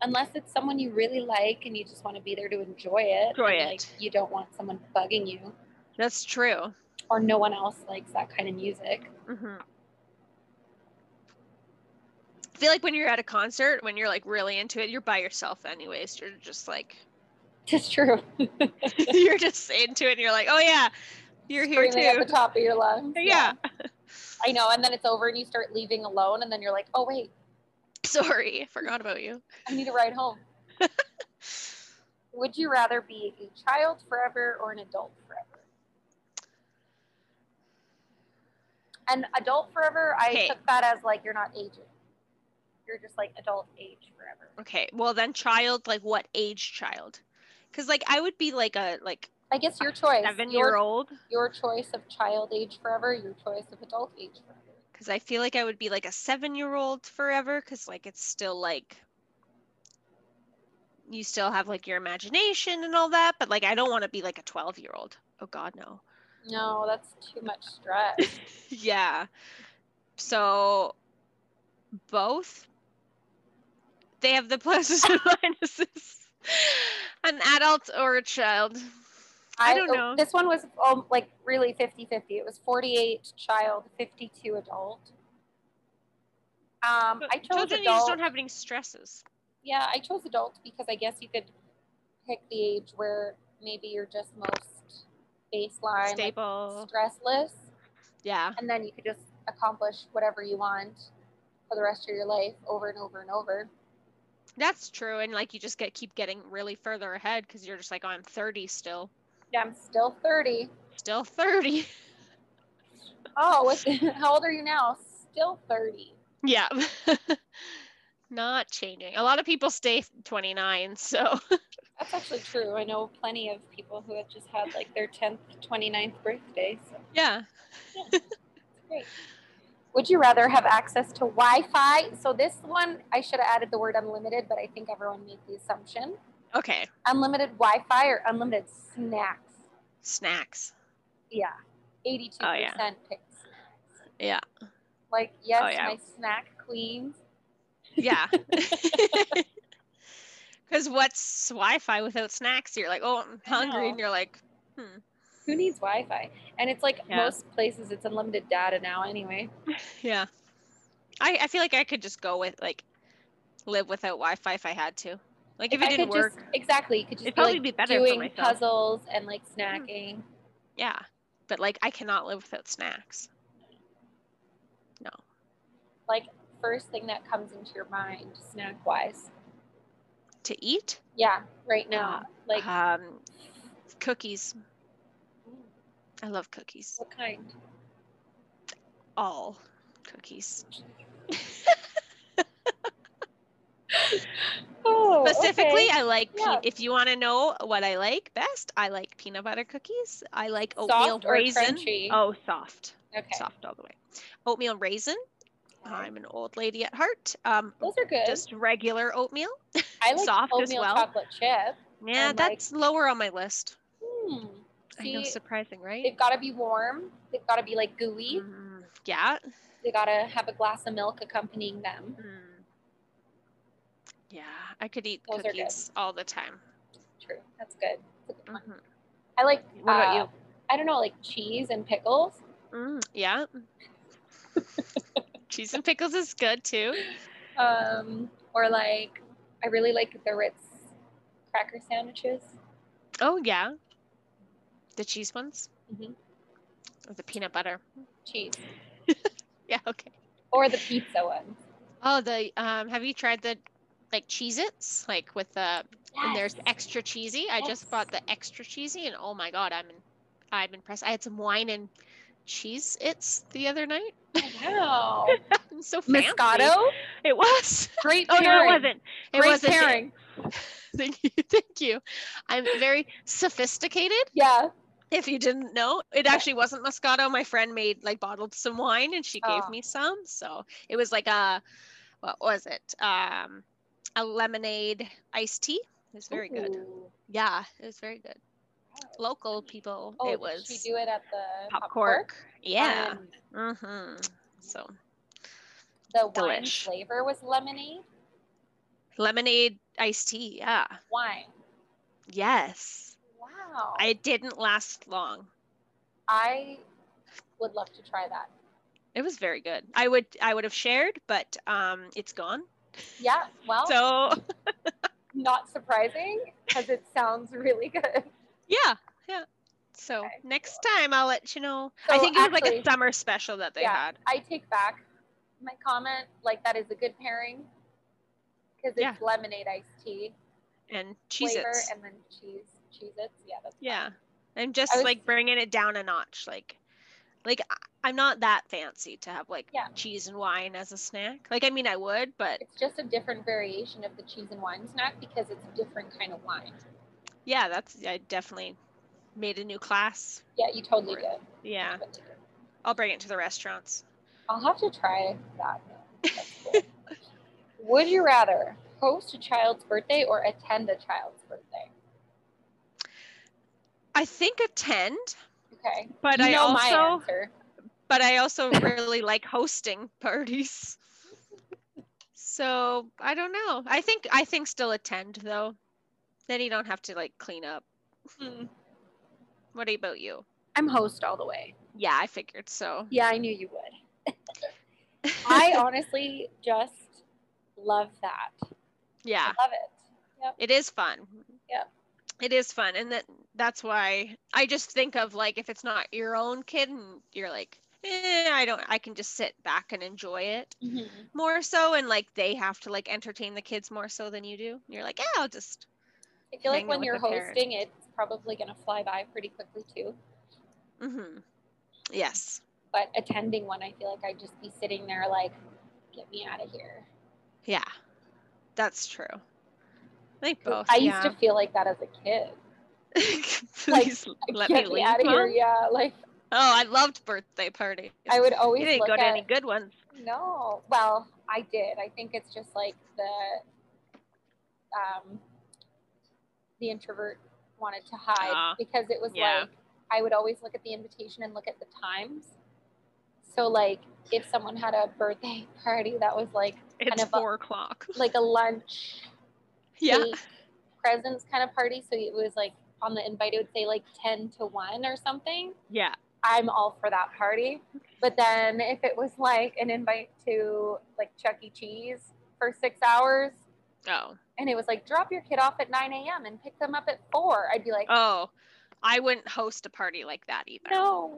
S2: unless it's someone you really like and you just want to be there to enjoy it.
S1: Enjoy
S2: and,
S1: it.
S2: Like, you don't want someone bugging you
S1: That's true.
S2: or no one else likes that kind of music.
S1: hmm I feel like when you're at a concert, when you're like really into it, you're by yourself anyways. You're just like
S2: It's true.
S1: you're just into it and you're like, Oh yeah, you're here
S2: Screaming at
S1: too.
S2: the top of your lungs.
S1: Yeah.
S2: I know. And then it's over and you start leaving alone. And then you're like, oh, wait,
S1: Sorry, I forgot about you.
S2: I need a ride home. Would you rather be a child forever or an adult forever? An adult forever, I
S1: Okay.
S2: took that as like you're not aging. You're just like adult age forever.
S1: Okay. Well, then child, like what age child? Because like I would be like a like
S2: I guess your choice.
S1: seven year
S2: your,
S1: old
S2: your choice of child age forever, your choice of adult age forever.
S1: because I feel like I would be like a seven year old forever because like it's still like you still have like your imagination and all that, but like I don't want to be like a twelve year old. Oh God, no.
S2: No, that's too much stress.
S1: Yeah. So both they have the pluses and minuses. An adult or a child. I don't know.
S2: This one was um, like really 50 50. It was 48 child, 52 adult. Um,
S1: But
S2: I chose
S1: Children, you
S2: adult.
S1: just don't have any stresses.
S2: yeah, I chose adult because I guess you could pick the age where maybe you're just most baseline, like,
S1: Stable.
S2: stressless,
S1: Yeah.
S2: and then you could just accomplish whatever you want for the rest of your life over and over and over.
S1: That's true. And like you just get keep getting really further ahead because you're just like, oh, I'm 30 still.
S2: Yeah, I'm still 30.
S1: Still 30.
S2: Oh, what how old are you now? Still 30.
S1: Yeah. Not changing. A lot of people stay 29. So
S2: That's actually true. I know plenty of people who have just had like their 10th, 29th birthday. So
S1: yeah.
S2: it's great. Would you rather have access to Wi Fi? So, this one, I should have added the word unlimited, but I think everyone made the assumption.
S1: Okay.
S2: Unlimited Wi Fi or unlimited snacks?
S1: Snacks.
S2: Yeah. 82%
S1: Oh, yeah.
S2: picks.
S1: Yeah.
S2: Like, yes,
S1: Oh, yeah.
S2: my snack queens.
S1: Yeah. Because what's Wi Fi without snacks? You're like, oh, I'm
S2: I
S1: hungry.
S2: know.
S1: And you're like,
S2: Who needs Wi Fi? And it's like
S1: Yeah.
S2: most places, it's unlimited data now, anyway.
S1: yeah. I, I feel like I could just go with, like, live without Wi Fi if I had to. Like, if,
S2: I
S1: it didn't
S2: could
S1: work.
S2: Just, exactly. You could just
S1: It'd
S2: be
S1: probably
S2: like
S1: be better for
S2: doing
S1: myself. Mm-hmm.
S2: puzzles and like snacking.
S1: Yeah. But, like, I cannot live without snacks.
S2: Like first thing that comes into your mind, snack wise.
S1: To eat?
S2: Yeah, right now. Like
S1: um, cookies. I love cookies.
S2: what kind?
S1: All cookies.
S2: Oh,
S1: Specifically, I like pe-
S2: Yeah.
S1: if you want to know what I like best, I like peanut butter cookies. I like oatmeal
S2: soft or
S1: raisin.
S2: crunchy.
S1: Oh, soft.
S2: okay.
S1: Soft all the way. Oatmeal raisin. I'm an old lady at heart. Um,
S2: Those are good.
S1: just regular oatmeal.
S2: I like
S1: soft as
S2: oatmeal
S1: well.
S2: chocolate chip.
S1: Yeah,
S2: And, like-
S1: that's lower on my list.
S2: Hmm.
S1: I know,
S2: See,
S1: surprising, right?
S2: they've got to be warm. They've got to be like gooey.
S1: Mm, yeah.
S2: They got to have a glass of milk accompanying them.
S1: Mm. Yeah, I could eat
S2: Those are good.
S1: cookies all the time.
S2: True. That's good. That's a good one.
S1: Mhm.
S2: I like.
S1: What about
S2: uh, I don't know, like cheese and pickles.
S1: Mm, yeah. Cheese and pickles is good too.
S2: um, or like I really like the Ritz cracker sandwiches.
S1: Oh yeah. The cheese ones?
S2: Mhm.
S1: Or the peanut butter.
S2: Cheese
S1: Yeah, okay.
S2: or the pizza one.
S1: Oh, the um have you tried the like Cheez Its? Like with the and there's
S2: Yes.
S1: extra cheesy. I
S2: Yes.
S1: just bought the extra cheesy and oh my god, I'm in, I'm impressed. I had some wine and cheese its the other night.
S2: Oh, wow
S1: I'm so fancy.
S2: Moscato.
S1: It was.
S2: Great
S1: Oh
S2: pairing.
S1: no, it wasn't. It
S2: Great
S1: wasn't.
S2: pairing.
S1: Thank you. Thank you. I'm very sophisticated.
S2: Yeah.
S1: If you didn't know, it
S2: Yeah.
S1: actually wasn't Moscato. My friend made like bottled some wine and she gave
S2: Oh.
S1: me some. So it was like a, what was it? Um, a lemonade iced tea. It was very good.
S2: Ooh.
S1: Yeah, it was very good.
S2: Wow.
S1: Local people,
S2: Oh,
S1: it
S2: did
S1: was
S2: she do it at the
S1: pop
S2: Cork?
S1: cork. Yeah.
S2: Um,
S1: Mm-hmm. So
S2: the wine
S1: Delish.
S2: flavor was lemonade
S1: lemonade iced tea. Yeah.
S2: wine.
S1: Yes.
S2: Wow. I,
S1: It didn't last long.
S2: would love to try that.
S1: It was very good. I would I would have shared, but um, it's gone.
S2: Yeah. Well,
S1: So
S2: not surprising because it sounds really good.
S1: yeah, yeah. So
S2: Okay.
S1: next time I'll let you know. I
S2: So
S1: think it was like
S2: actually-
S1: a summer special that they
S2: Yeah.
S1: had.
S2: I take back my comment. Like that is a good pairing because it's
S1: Yeah.
S2: lemonade iced tea
S1: and cheese
S2: flavor
S1: its.
S2: and then cheese cheese its. Yeah, that's fine.
S1: Yeah, and just
S2: was-
S1: like bringing it down a notch. Like, like I- I'm not that fancy to have like
S2: Yeah.
S1: cheese and wine as a snack. Like I mean I would, but
S2: It's just a different variation of the cheese and wine snack because it's a different kind of wine.
S1: yeah, that's I definitely made a new class.
S2: Yeah, you totally did.
S1: Yeah,
S2: Totally did.
S1: I'll bring it to the restaurants.
S2: I'll have to try that. That's cool. Would you rather host a child's birthday or attend a child's birthday?
S1: I think attend,
S2: Okay.
S1: but
S2: you
S1: I
S2: know
S1: also.
S2: my answer.
S1: but I also really like hosting parties. So I don't know. I think I think still attend though. Then you don't have to like clean up.
S2: Hmm.
S1: What about you?
S2: I'm host all the way.
S1: Yeah, I figured so.
S2: Yeah, I knew you would. I honestly just love that. I
S1: yeah,
S2: love it.
S1: it is fun.
S2: Yeah.
S1: It is fun. And that that's why I just think of like if it's not your own kid and you're like, eh, I don't I can just sit back and enjoy it more so and like they have to like entertain the kids more so than you do. You're like, yeah, I'll just
S2: I feel like
S1: Hanging
S2: when
S1: with
S2: you're
S1: the parent.
S2: hosting, it's probably going to fly by pretty quickly too.
S1: mm-hmm. Yes.
S2: But attending one, I feel like I'd just be sitting there like, get me out of here.
S1: Yeah, that's true. I think both.
S2: I
S1: yeah.
S2: used to feel like that as a kid. like,
S1: Please let
S2: get
S1: me leave.
S2: out of here.
S1: Mom.
S2: Yeah. Like
S1: Oh, I loved birthday parties.
S2: I would
S1: you
S2: always
S1: didn't
S2: look
S1: go to
S2: at,
S1: any good ones.
S2: No. Well, I did. I think it's just like the um the introvert wanted to hide
S1: Ah,
S2: because it was
S1: yeah.
S2: like I would always look at the invitation and look at the times. So like if someone had a birthday party that was like
S1: It's
S2: of a-
S1: four o'clock.
S2: like a lunch
S1: Yeah.
S2: cake, presents kind of party, so it was like on the invite it would say like ten to one or something.
S1: Yeah.
S2: I'm all for that party. But then if it was like an invite to like Chuck E. Cheese for six hours
S1: Oh.
S2: and it was like drop your kid off at 9 a.m. and pick them up at four, I'd be like,
S1: Oh. I wouldn't host a party like that either.
S2: no.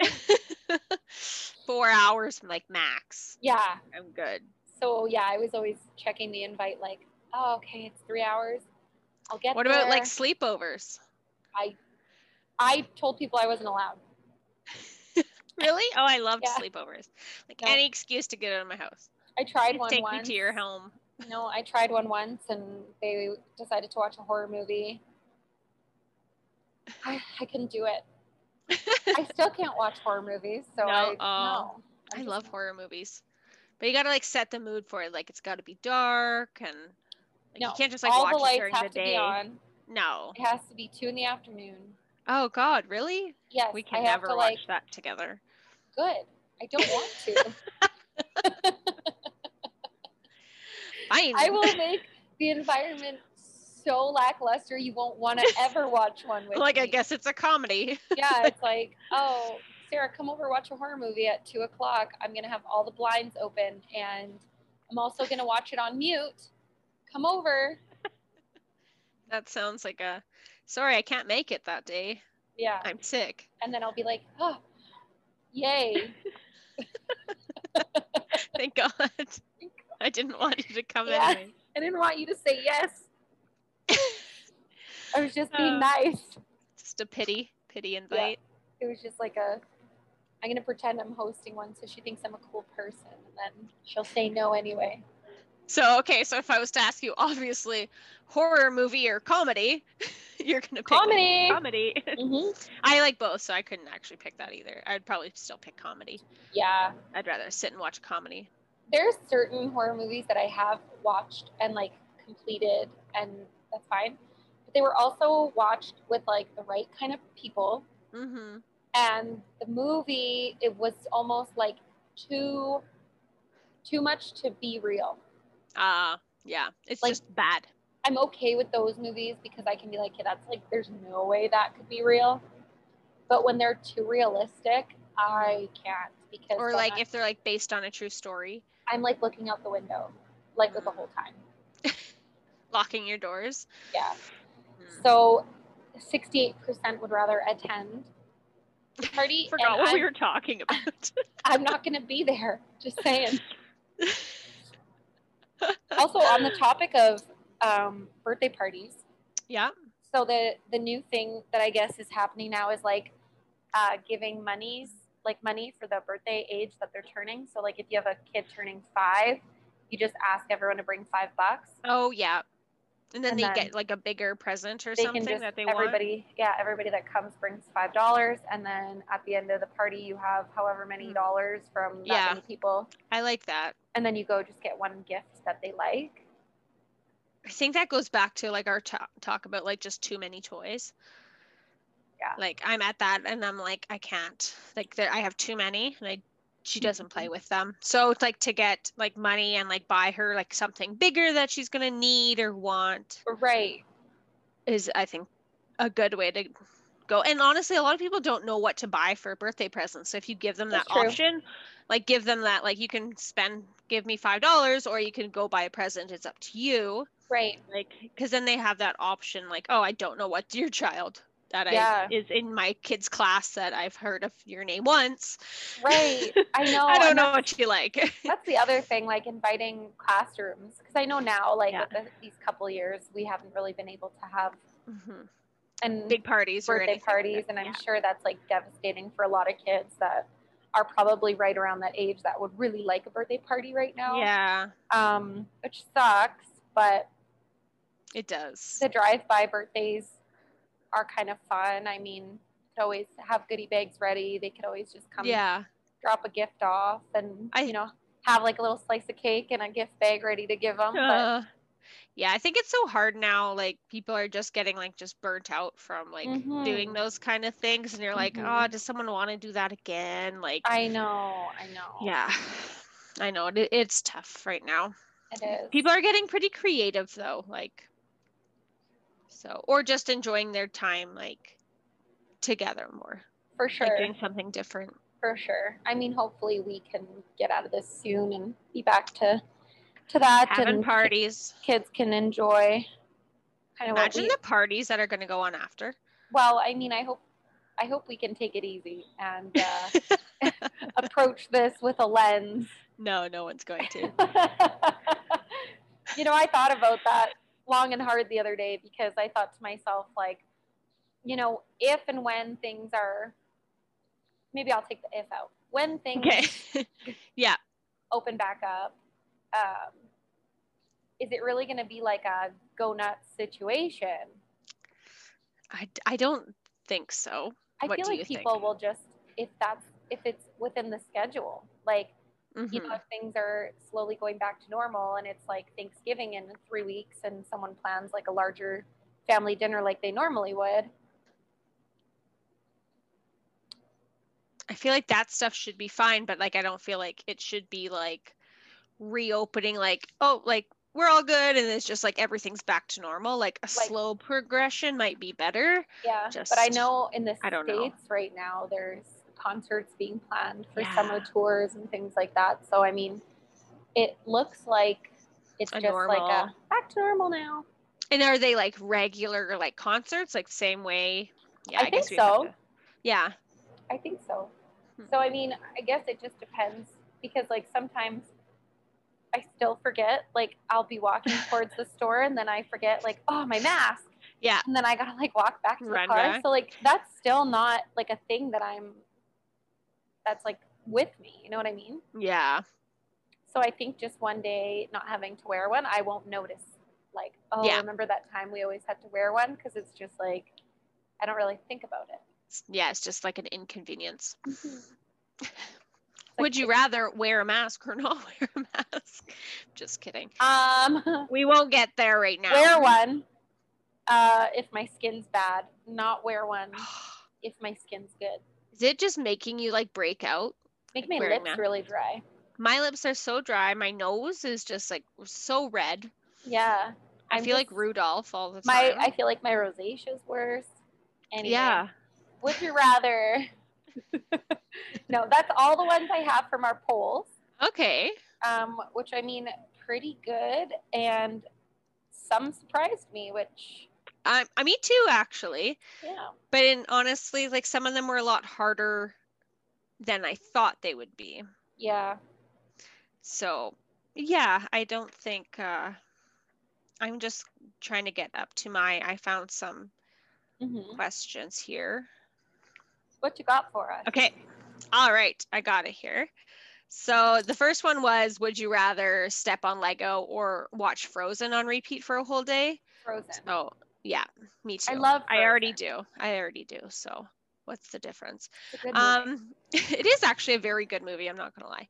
S1: Four hours, like max.
S2: yeah.
S1: I'm good.
S2: So yeah, I was always checking the invite like, oh, okay, it's three hours. I'll get
S1: What about like
S2: there."
S1: sleepovers?
S2: I told people I wasn't allowed.
S1: Really? Oh, I loved
S2: Yeah.
S1: sleepovers. Like
S2: No.
S1: any excuse to get out of my house.
S2: I tried one
S1: Take
S2: once.
S1: me to your home.
S2: No, I tried one once and they decided to watch a horror movie. I, I couldn't do it. I still can't watch horror movies, so
S1: No,
S2: I
S1: oh,
S2: no.
S1: I
S2: I'm just
S1: love
S2: not-
S1: horror movies, but you gotta like set the mood for it. Like it's gotta be dark and like,
S2: No,
S1: you can't just like
S2: all
S1: watch
S2: the
S1: it
S2: lights
S1: during
S2: have
S1: the
S2: to be
S1: day.
S2: on.
S1: No.
S2: It has to be two in the afternoon.
S1: Oh God, really?
S2: Yes,
S1: We can
S2: I have
S1: never
S2: to
S1: watch
S2: like
S1: that together.
S2: good. I don't want to.
S1: Fine.
S2: I will make the environment so lackluster you won't want to ever watch one with
S1: like I
S2: me.
S1: guess it's a comedy.
S2: yeah, it's like, oh, Sarah, come over watch a horror movie at two o'clock. I'm gonna have all the blinds open, and I'm also gonna watch it on mute. Come over.
S1: that sounds like a. Sorry, I can't make it that day.
S2: Yeah,
S1: I'm sick.
S2: and then I'll be like, oh, yay.
S1: Thank God. I didn't want you to come
S2: Yeah.
S1: anyway.
S2: I didn't want you to say yes. I was just being
S1: Uh.
S2: nice.
S1: Just a pity, pity invite.
S2: It was just like a, I'm gonna pretend I'm hosting one so she thinks I'm a cool person, and then she'll say no anyway.
S1: So okay, so if I was to ask you, obviously, horror movie or comedy, you're gonna pick
S2: Comedy.
S1: Comedy.
S2: hmm
S1: I like both, so I couldn't actually pick that either. I'd probably still pick comedy.
S2: Yeah.
S1: I'd rather sit and watch comedy.
S2: there's certain horror movies that I have watched and like completed, and that's fine. But they were also watched with like the right kind of people,
S1: hmm
S2: and the movie it was almost like too too much to be real.
S1: Uh yeah. It's
S2: Like-
S1: just bad.
S2: I'm okay with those movies because I can be like, okay, that's like there's no way that could be real. But when they're too realistic, I can't because
S1: Or
S2: then
S1: like
S2: I-
S1: if they're like based on a true story,
S2: I'm like looking out the window, like the
S1: Mm.
S2: whole time.
S1: locking your doors.
S2: Yeah.
S1: Mm.
S2: So 68% would rather attend the party.
S1: Forgot
S2: and
S1: what
S2: I'm,
S1: we were talking about.
S2: I'm not going to be there. Just saying. also, on the topic of um, birthday parties,
S1: yeah.
S2: so the, the new thing that I guess is happening now is like uh, giving monies, like money for the birthday age that they're turning. So, like if you have a kid turning five, you just ask everyone to bring five bucks.
S1: Oh yeah. And then
S2: And
S1: they
S2: then
S1: get like a bigger present or
S2: they
S1: something
S2: can just
S1: that they want.
S2: everybody yeah everybody that comes brings five dollars and then at the end of the party you have however many
S1: Mm.
S2: dollars from that
S1: Yeah.
S2: many people
S1: I like that.
S2: and then you go just get one gift that they like
S1: I think that goes back to like our ta- talk about like just too many toys.
S2: Yeah.
S1: Like I'm at that and I'm like I can't. Like there, I have too many and I she doesn't play
S2: Mm-hmm.
S1: with them. So it's like to get like money and like buy her like something bigger that she's going to need or want
S2: right
S1: is I think a good way to go. And honestly, a lot of people don't know what to buy for a birthday present. So if you give them that
S2: That's true.
S1: option, like give them that, like you can spend, give me $5 or you can go buy a present. It's up to you.
S2: Right.
S1: Like, cause then they have that option, like, oh, I don't know what your child that
S2: Yeah.
S1: I is in my kid's class that I've heard of your name once.
S2: Right. I know.
S1: I don't
S2: and
S1: know what you like.
S2: That's the other thing, like inviting classrooms, because I know now, like
S1: Yeah.
S2: with the, these couple years, we haven't really been able to have
S1: Mhm.
S2: and
S1: Big parties or
S2: Mm-hmm. birthday
S1: anything like
S2: parties,
S1: that.
S2: and I'm
S1: Yeah.
S2: sure that's like devastating for a lot of kids that are probably right around that age that would really like a birthday party right now.
S1: Yeah,
S2: Um, which sucks, but
S1: it does.
S2: the drive-by birthdays are kind of fun. I mean, could always have goodie bags ready. They could always just come
S1: yeah.
S2: drop a gift off and
S1: I-
S2: you know have like a little slice of cake and a gift bag ready to give them.
S1: Uh, yeah, I think it's so hard now. Like people are just getting like just burnt out from like doing
S2: Mhm.
S1: those kind of things, and you're like, oh,
S2: Mhm.
S1: does someone want to do that again? Like,
S2: I know, I know.
S1: yeah, I know it, it's tough right now.
S2: it is.
S1: People are getting pretty creative though, like so, or just enjoying their time like together more,
S2: for
S1: like
S2: sure,
S1: doing something different.
S2: for sure. I mean, hopefully we can get out of this soon and be back to to that
S1: Having
S2: and
S1: parties.
S2: kids can enjoy kind of
S1: Imagine
S2: what we,
S1: the parties that are going to go on after.
S2: well, I mean, I hope I hope we can take it easy and uh, approach this with a lens.
S1: No, no one's going to.
S2: you know, I thought about that long and hard the other day because I thought to myself, like, you know, if and when things are, maybe I'll take the if out. When things
S1: okay. yeah.
S2: open back up, um, is it really going to be like a go nuts situation?
S1: I, d- I don't think so.
S2: I
S1: What
S2: feel
S1: do
S2: like
S1: you think?
S2: people will just, if that's, if it's within the schedule, like, you know,
S1: Mhm.
S2: if things are slowly going back to normal and it's like Thanksgiving in three weeks and someone plans like a larger family dinner like they normally would.
S1: I feel like that stuff should be fine, but like I don't feel like it should be like reopening like oh like we're all good and it's just like everything's back to normal. Like a
S2: Like-
S1: slow progression might be better.
S2: Yeah. but I
S1: Just-
S2: know in the
S1: I don't know.
S2: States right now, there's concerts being planned for
S1: Yeah.
S2: summer tours and things like that. So, I mean, it looks like it's
S1: A
S2: just like
S1: normal.
S2: a back to normal now.
S1: And are they like regular like concerts like same way? Yeah,
S2: I think
S1: we'd have
S2: so.
S1: to- Yeah.
S2: I think so.
S1: Hmm.
S2: So I mean, I guess it just depends because like sometimes I still forget. Like I'll be walking towards the store and then I forget like oh my mask
S1: Yeah.
S2: and then I gotta like walk back to the
S1: Run
S2: car.
S1: back.
S2: So like that's still not like a thing that I'm that's like with me. You know what I mean?
S1: Yeah.
S2: So I think just one day not having to wear one, I won't notice. Like oh,
S1: Yeah.
S2: remember that time we always had to wear one because it's just like I don't really think about it.
S1: It's- Yeah, it's just like an inconvenience.
S2: like-
S1: Would you rather wear a mask or not wear a mask? Just kidding.
S2: Um.
S1: We won't get there right now.
S2: Wear one uh, if my skin's bad. Not wear one if my skin's good.
S1: Is it just making you like break out?
S2: Make my
S1: Wearing
S2: lips
S1: that.
S2: really dry.
S1: My lips are so dry. My nose is just like so red.
S2: Yeah.
S1: I
S2: I'm
S1: feel like
S2: just-
S1: Rudolph all the time.
S2: My I feel like my rosacea's worse. Anyway,
S1: yeah.
S2: Would you rather? no, that's all the ones I have from our polls,
S1: Okay.
S2: um, which I mean, pretty good, and some surprised me. Which,
S1: I, I me too actually.
S2: yeah,
S1: But in honestly, like some of them were a lot harder than I thought they would be.
S2: yeah,
S1: So yeah, I don't think uh I'm just trying to get up to my I found some
S2: hmm
S1: questions here.
S2: what you got for us?
S1: Okay. All right. I got it here. So the first one was Would you rather step on Lego or watch Frozen on repeat for a whole day?
S2: Frozen.
S1: Oh, yeah. Me too.
S2: I love.
S1: I already do. I already do. So what's the difference?
S2: Frozen. It's a good movie.
S1: Um, it is actually a very good movie. I'm not going to lie.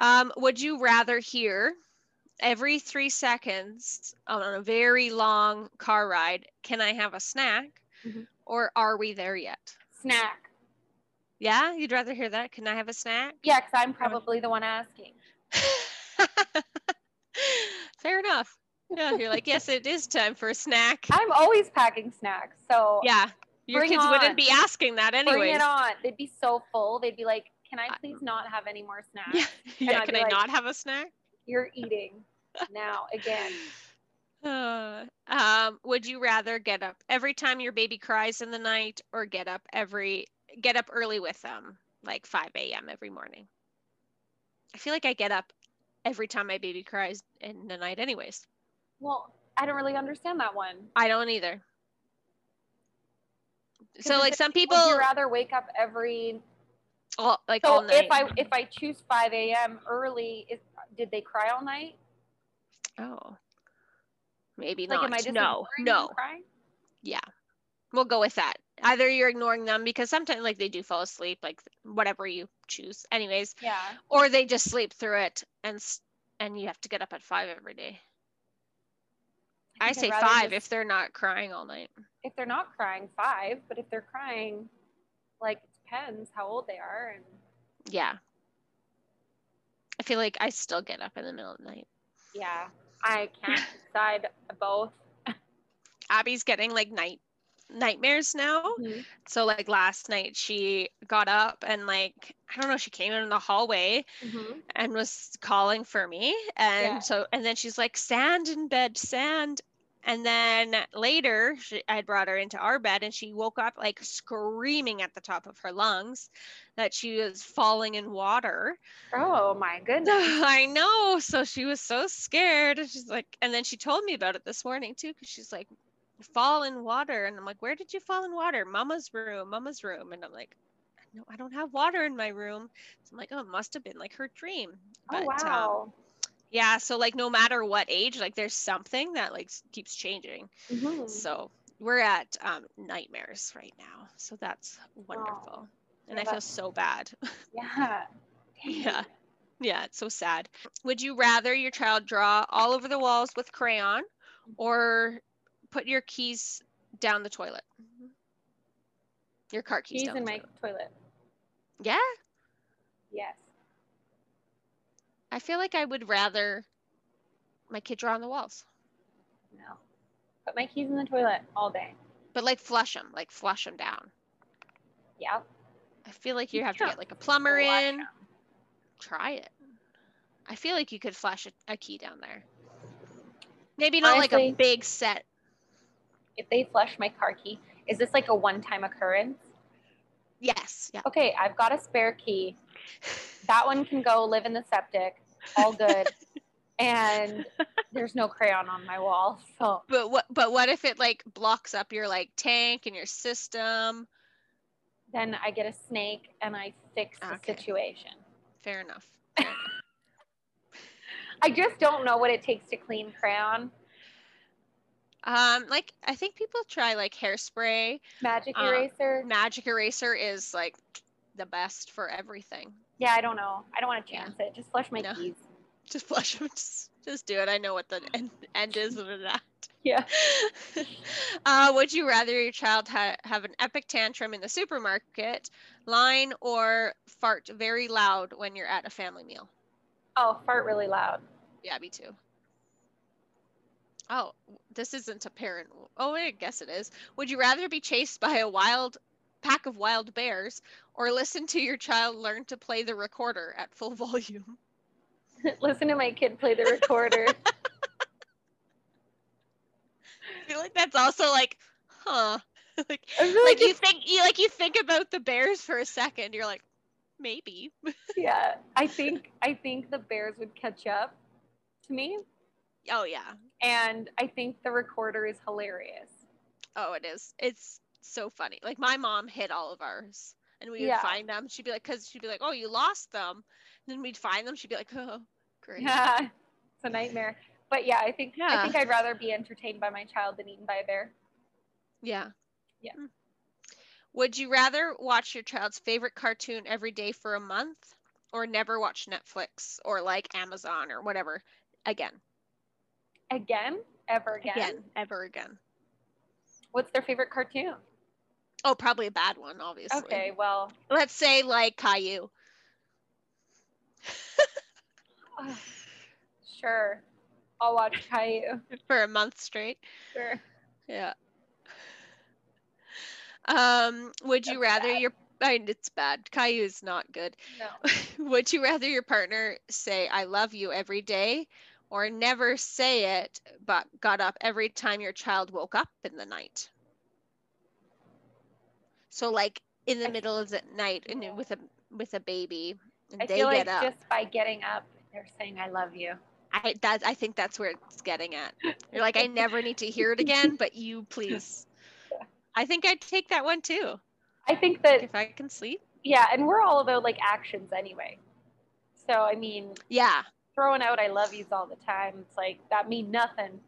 S1: Um, would you rather hear every three seconds on a very long car ride, Can I have a snack?
S2: Mhm.
S1: Or are we there yet?
S2: snack.
S1: Yeah, you'd rather hear that. Can I have a snack?
S2: Yeah, because I'm probably the one asking.
S1: Fair enough. Yeah, you're like, yes, it is time for a snack.
S2: I'm always packing snacks, so
S1: Yeah, Your
S2: Bring
S1: kids
S2: on.
S1: wouldn't be asking that
S2: Bring
S1: anyway.
S2: it on. They'd be so full. They'd be like, "Can I
S1: I-
S2: please not have any more snacks?
S1: Yeah, yeah.
S2: I'd
S1: Can
S2: be
S1: I
S2: like-
S1: not have a snack?
S2: You're eating now again."
S1: Uh, um, would you rather get up every time your baby cries in the night, or get up every get up early with them, like 5 a.m. every morning? I feel like I get up every time my baby cries in the night, anyways.
S2: Well, I don't really understand that one.
S1: I don't either.
S2: 'Cause
S1: So
S2: it's
S1: like some people,
S2: Would you rather wake up every
S1: all, like all
S2: so
S1: night.
S2: if I if I choose five a.m. early, is, did they cry all night?
S1: oh, maybe
S2: Like,
S1: not.
S2: am I just
S1: no,
S2: ignoring them
S1: no.
S2: crying?
S1: we'll go with that. Either you're ignoring them because sometimes like they do fall asleep, like whatever you choose, anyways,
S2: Yeah.
S1: or they just sleep through it and s- and you have to get up at five every day. I,
S2: think I'd
S1: say
S2: rather
S1: five
S2: just-
S1: if they're not crying all night.
S2: if they're not crying, five. But if they're crying, like it depends how old they are. And
S1: Yeah. I feel like I still get up in the middle of the night.
S2: yeah, I can't decide both.
S1: Abby's getting like night nightmares now. So like last night she got up and like I don't know she came in the hallway and was calling for me and
S2: Yeah.
S1: so and then she's like sand in bed sand and then later she, I brought her into our bed and she woke up like screaming at the top of her lungs that she was falling in water.
S2: Oh my goodness.
S1: I know. So she was so scared. And she's like and then she told me about it this morning too cuz she's like fall in water and I'm like where did you fall in water? Mama's room, mama's room and I'm like no, I don't have water in my room. So I'm like, oh, it must have been like her dream.
S2: Oh
S1: But, um,
S2: wow.
S1: yeah, so like no matter what age, like there's something that like s- keeps changing.
S2: Mhm.
S1: So we're at um, nightmares right now. So that's wonderful. And
S2: Yeah,
S1: I feel
S2: that's-
S1: so bad.
S2: yeah. Dang.
S1: yeah. Yeah, it's so sad. Would you rather your child draw all over the walls with crayon or put your keys down the toilet? Your car keys,
S2: Keys
S1: down
S2: in
S1: the
S2: my
S1: toilet.
S2: toilet.
S1: Yeah.
S2: Yes.
S1: I feel like I would rather my kid draw on the walls,
S2: No. Put my keys in the toilet all day.
S1: but like flush them, like flush them down.
S2: Yeah.
S1: I feel like
S2: You
S1: you have to
S2: can't
S1: get like a plumber
S2: flush
S1: in. Try it. I feel like you could flash a, a key down there. Maybe not like
S2: Honestly-
S1: a big set.
S2: If they flush my car key, is this like a one-time occurrence?
S1: Yes. Yeah.
S2: Okay, I've got a spare key. that one can go live in the septic all good and there's no crayon on my wall so
S1: But what? But what if it like blocks up your like tank and your system?
S2: then i get a snake and i fix the
S1: Okay.
S2: situation
S1: Fair enough.
S2: i just don't know what it takes to clean crayon
S1: Um, like I think people try like hairspray.
S2: magic
S1: Uh,
S2: eraser
S1: Magic eraser is like the best for everything.
S2: yeah i don't know i don't want to
S1: Yeah.
S2: chance it just flush my
S1: No.
S2: keys
S1: just flush them. Just, just do it. I know what the end, end is of that.
S2: yeah
S1: uh, would you rather your child ha- have an epic tantrum in the supermarket line or fart very loud when you're at a family meal?
S2: oh fart really loud
S1: Yeah, me too. Oh, this isn't a parent. Oh, I guess it is. Would you rather be chased by a wild pack of wild bears or listen to your child learn to play the recorder at full volume?
S2: listen to my kid play the recorder
S1: I feel like that's also like, huh? like,
S2: I feel
S1: like
S2: like
S1: you think you like you think about the bears for a second you're like maybe
S2: it's- yeah i think i think the bears would catch up to me
S1: oh yeah
S2: and i think the recorder is hilarious
S1: oh it is it's so funny like my mom hid all of ours and we would
S2: Yeah.
S1: find them she'd be like because she'd be like oh you lost them then we'd find them she'd be like oh great
S2: Yeah, it's a nightmare. But yeah, I think I
S1: Yeah.
S2: think I'd rather be entertained by my child than eaten by a bear.
S1: yeah
S2: Yeah.
S1: Mm. would you rather watch your child's favorite cartoon every day for a month or never watch netflix or like amazon or whatever again
S2: Again, ever again.
S1: again ever again
S2: What's their favorite cartoon?
S1: oh probably a bad one obviously
S2: Okay, well,
S1: let's say like Caillou.
S2: ugh, sure, I'll watch Caillou.
S1: for a month straight.
S2: Sure.
S1: Yeah. Um, would you
S2: That's
S1: rather
S2: bad.
S1: your I, it's bad. Caillou is not good.
S2: No.
S1: Would you rather your partner say "I love you" every day, or never say it but got up every time your child woke up in the night? So, like in the
S2: I-
S1: middle of the night, and then with a with a baby, and
S2: I
S1: they
S2: feel like
S1: get up.
S2: just by getting up, they're saying "I love you."
S1: I that I think that's where it's getting at. You're like, I never need to hear it again, but you please. I think I'd take that one too
S2: I think that
S1: if I can sleep.
S2: yeah, and we're all about like actions anyway. So I mean,
S1: Yeah,
S2: throwing out "I love yous" all the time, it's like that mean nothing.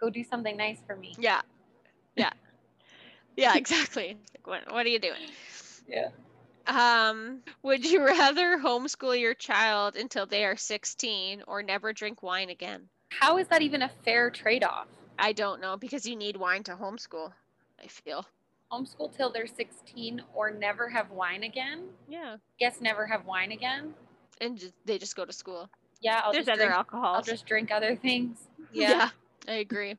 S2: Go do something nice for me.
S1: yeah, yeah, yeah. Exactly. Like, what What are you doing?
S2: Yeah.
S1: Um, would you rather homeschool your child until they are 16 or never drink wine again?
S2: How is that even a fair trade-off?
S1: I don't know because you need wine to homeschool. I feel.
S2: Homeschool till they're 16 or never have wine again?
S1: Yeah.
S2: Guess never have wine again?
S1: And just, they just go to school.
S2: Yeah, I'll
S1: There's
S2: just
S1: other
S2: drink,
S1: alcohols.
S2: I'll just drink other things.
S1: Yeah, I agree.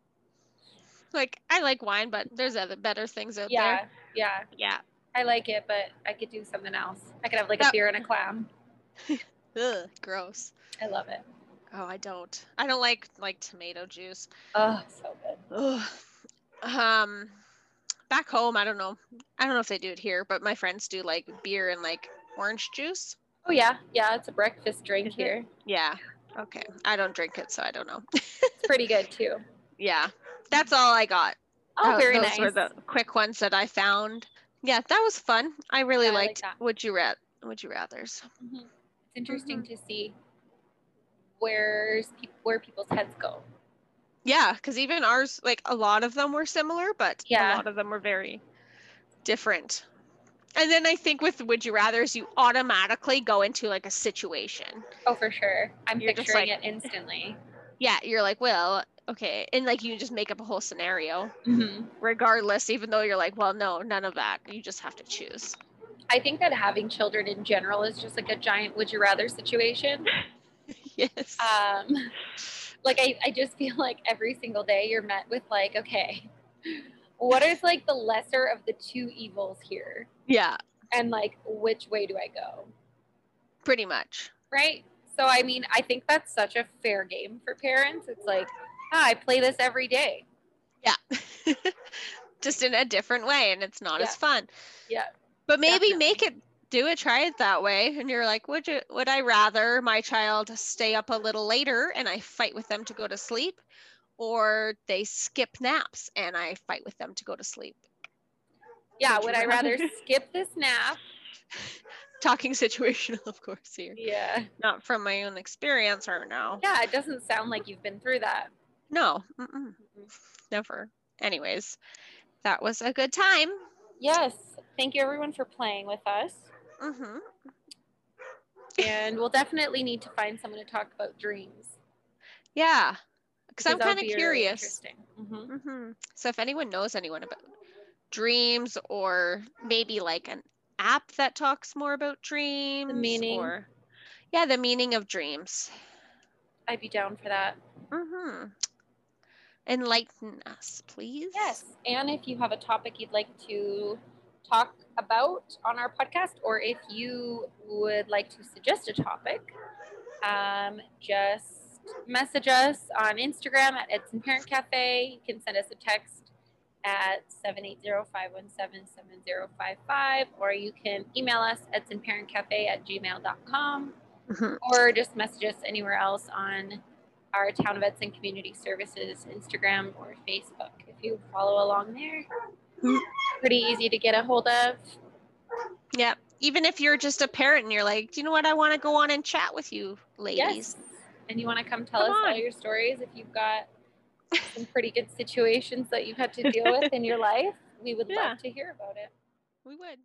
S1: Like I like wine, but there's other better things out
S2: Yeah.
S1: there.
S2: Yeah.
S1: Yeah.
S2: I like it, but I could do something else. I could have like
S1: That-
S2: a beer and a clam.
S1: Ugh, gross.
S2: I love it.
S1: Oh, I don't. I don't like like tomato juice.
S2: Oh, so good.
S1: Ugh. Um, back home, I don't know. I don't know if they do it here, but my friends do like beer and like orange juice.
S2: Oh yeah, yeah. It's a breakfast drink
S1: Is it?
S2: here.
S1: Yeah. Okay. I don't drink it, so I don't know.
S2: It's pretty good too.
S1: yeah. That's all I got.
S2: Oh,
S1: Tho-
S2: very
S1: those
S2: nice.
S1: were the quick ones that I found. Yeah, that was fun. I really
S2: Yeah, I like
S1: liked
S2: that.
S1: Would You Rat Would You Rathers.
S2: Mhm. It's interesting
S1: Mm-hmm.
S2: to see where's peop where people's heads go.
S1: Yeah, because even ours, like a lot of them were similar, but a
S2: Yeah.
S1: lot of them were very different. And then I think with Would You Rather's, you automatically go into like a situation.
S2: Oh, for sure. I'm
S1: You're just
S2: picturing it instantly.
S1: Yeah, you're like, well, okay. And like you just make up a whole scenario,
S2: Mhm.
S1: regardless, even though you're like, well, no, none of that. You just have to choose.
S2: I think that having children in general is just like a giant would you rather situation.
S1: yes.
S2: Um, like I, I just feel like every single day you're met with like, okay, what is like the lesser of the two evils here?
S1: yeah,
S2: And like, which way do I go?
S1: pretty much.
S2: Right. So, I mean, I think that's such a fair game for parents. It's like, ah, I play this every day.
S1: Yeah. just in a different way, and it's not
S2: Yeah.
S1: as fun.
S2: Yeah.
S1: But maybe
S2: Definitely.
S1: make it do it, try it that way. And you're like, would you would I rather my child stay up a little later and I fight with them to go to sleep? Or they skip naps and I fight with them to go to sleep.
S2: Yeah.
S1: Would
S2: Would,
S1: you
S2: I rather
S1: rather?
S2: skip this nap?
S1: Talking situational, of course, here.
S2: Yeah.
S1: Not from my own experience or no.
S2: Yeah. It doesn't sound like you've been through that.
S1: No, mm-mm, never. Anyways, that was a good time.
S2: Yes. Thank you, everyone, for playing with us.
S1: hmm
S2: And we'll definitely need to find someone to talk about dreams.
S1: Yeah. Because I'm
S2: that'll
S1: kind of
S2: be really
S1: curious.
S2: interesting. Mhm.
S1: hmm So if anyone knows anyone about dreams or maybe like an app that talks more about dreams
S2: meaning.
S1: or yeah, the meaning of dreams.
S2: I'd be down for that. Mm-hmm.
S1: hmm Enlighten us, please.
S2: Yes. And if you have a topic you'd like to talk about on our podcast, or if you would like to suggest a topic, um, just message us on Instagram at Edson Parent Cafe. You can send us a text at 780-517-7055 or you can email us edsonparentcafe at gmail.com
S1: Mhm.
S2: or just message us anywhere else on our Town of Edson Community Services Instagram or Facebook if you follow along there.
S1: Hmm.
S2: Pretty easy to get a hold of.
S1: Yep. Even if you're just a parent and you're like, do you know what? I want to go on and chat with you, ladies.
S2: Yes. And you want to come tell
S1: Come
S2: us all
S1: on.
S2: your stories if you've got some pretty good situations that you've had to deal with in your life. We would
S1: Yeah.
S2: love to hear about it.
S1: We would.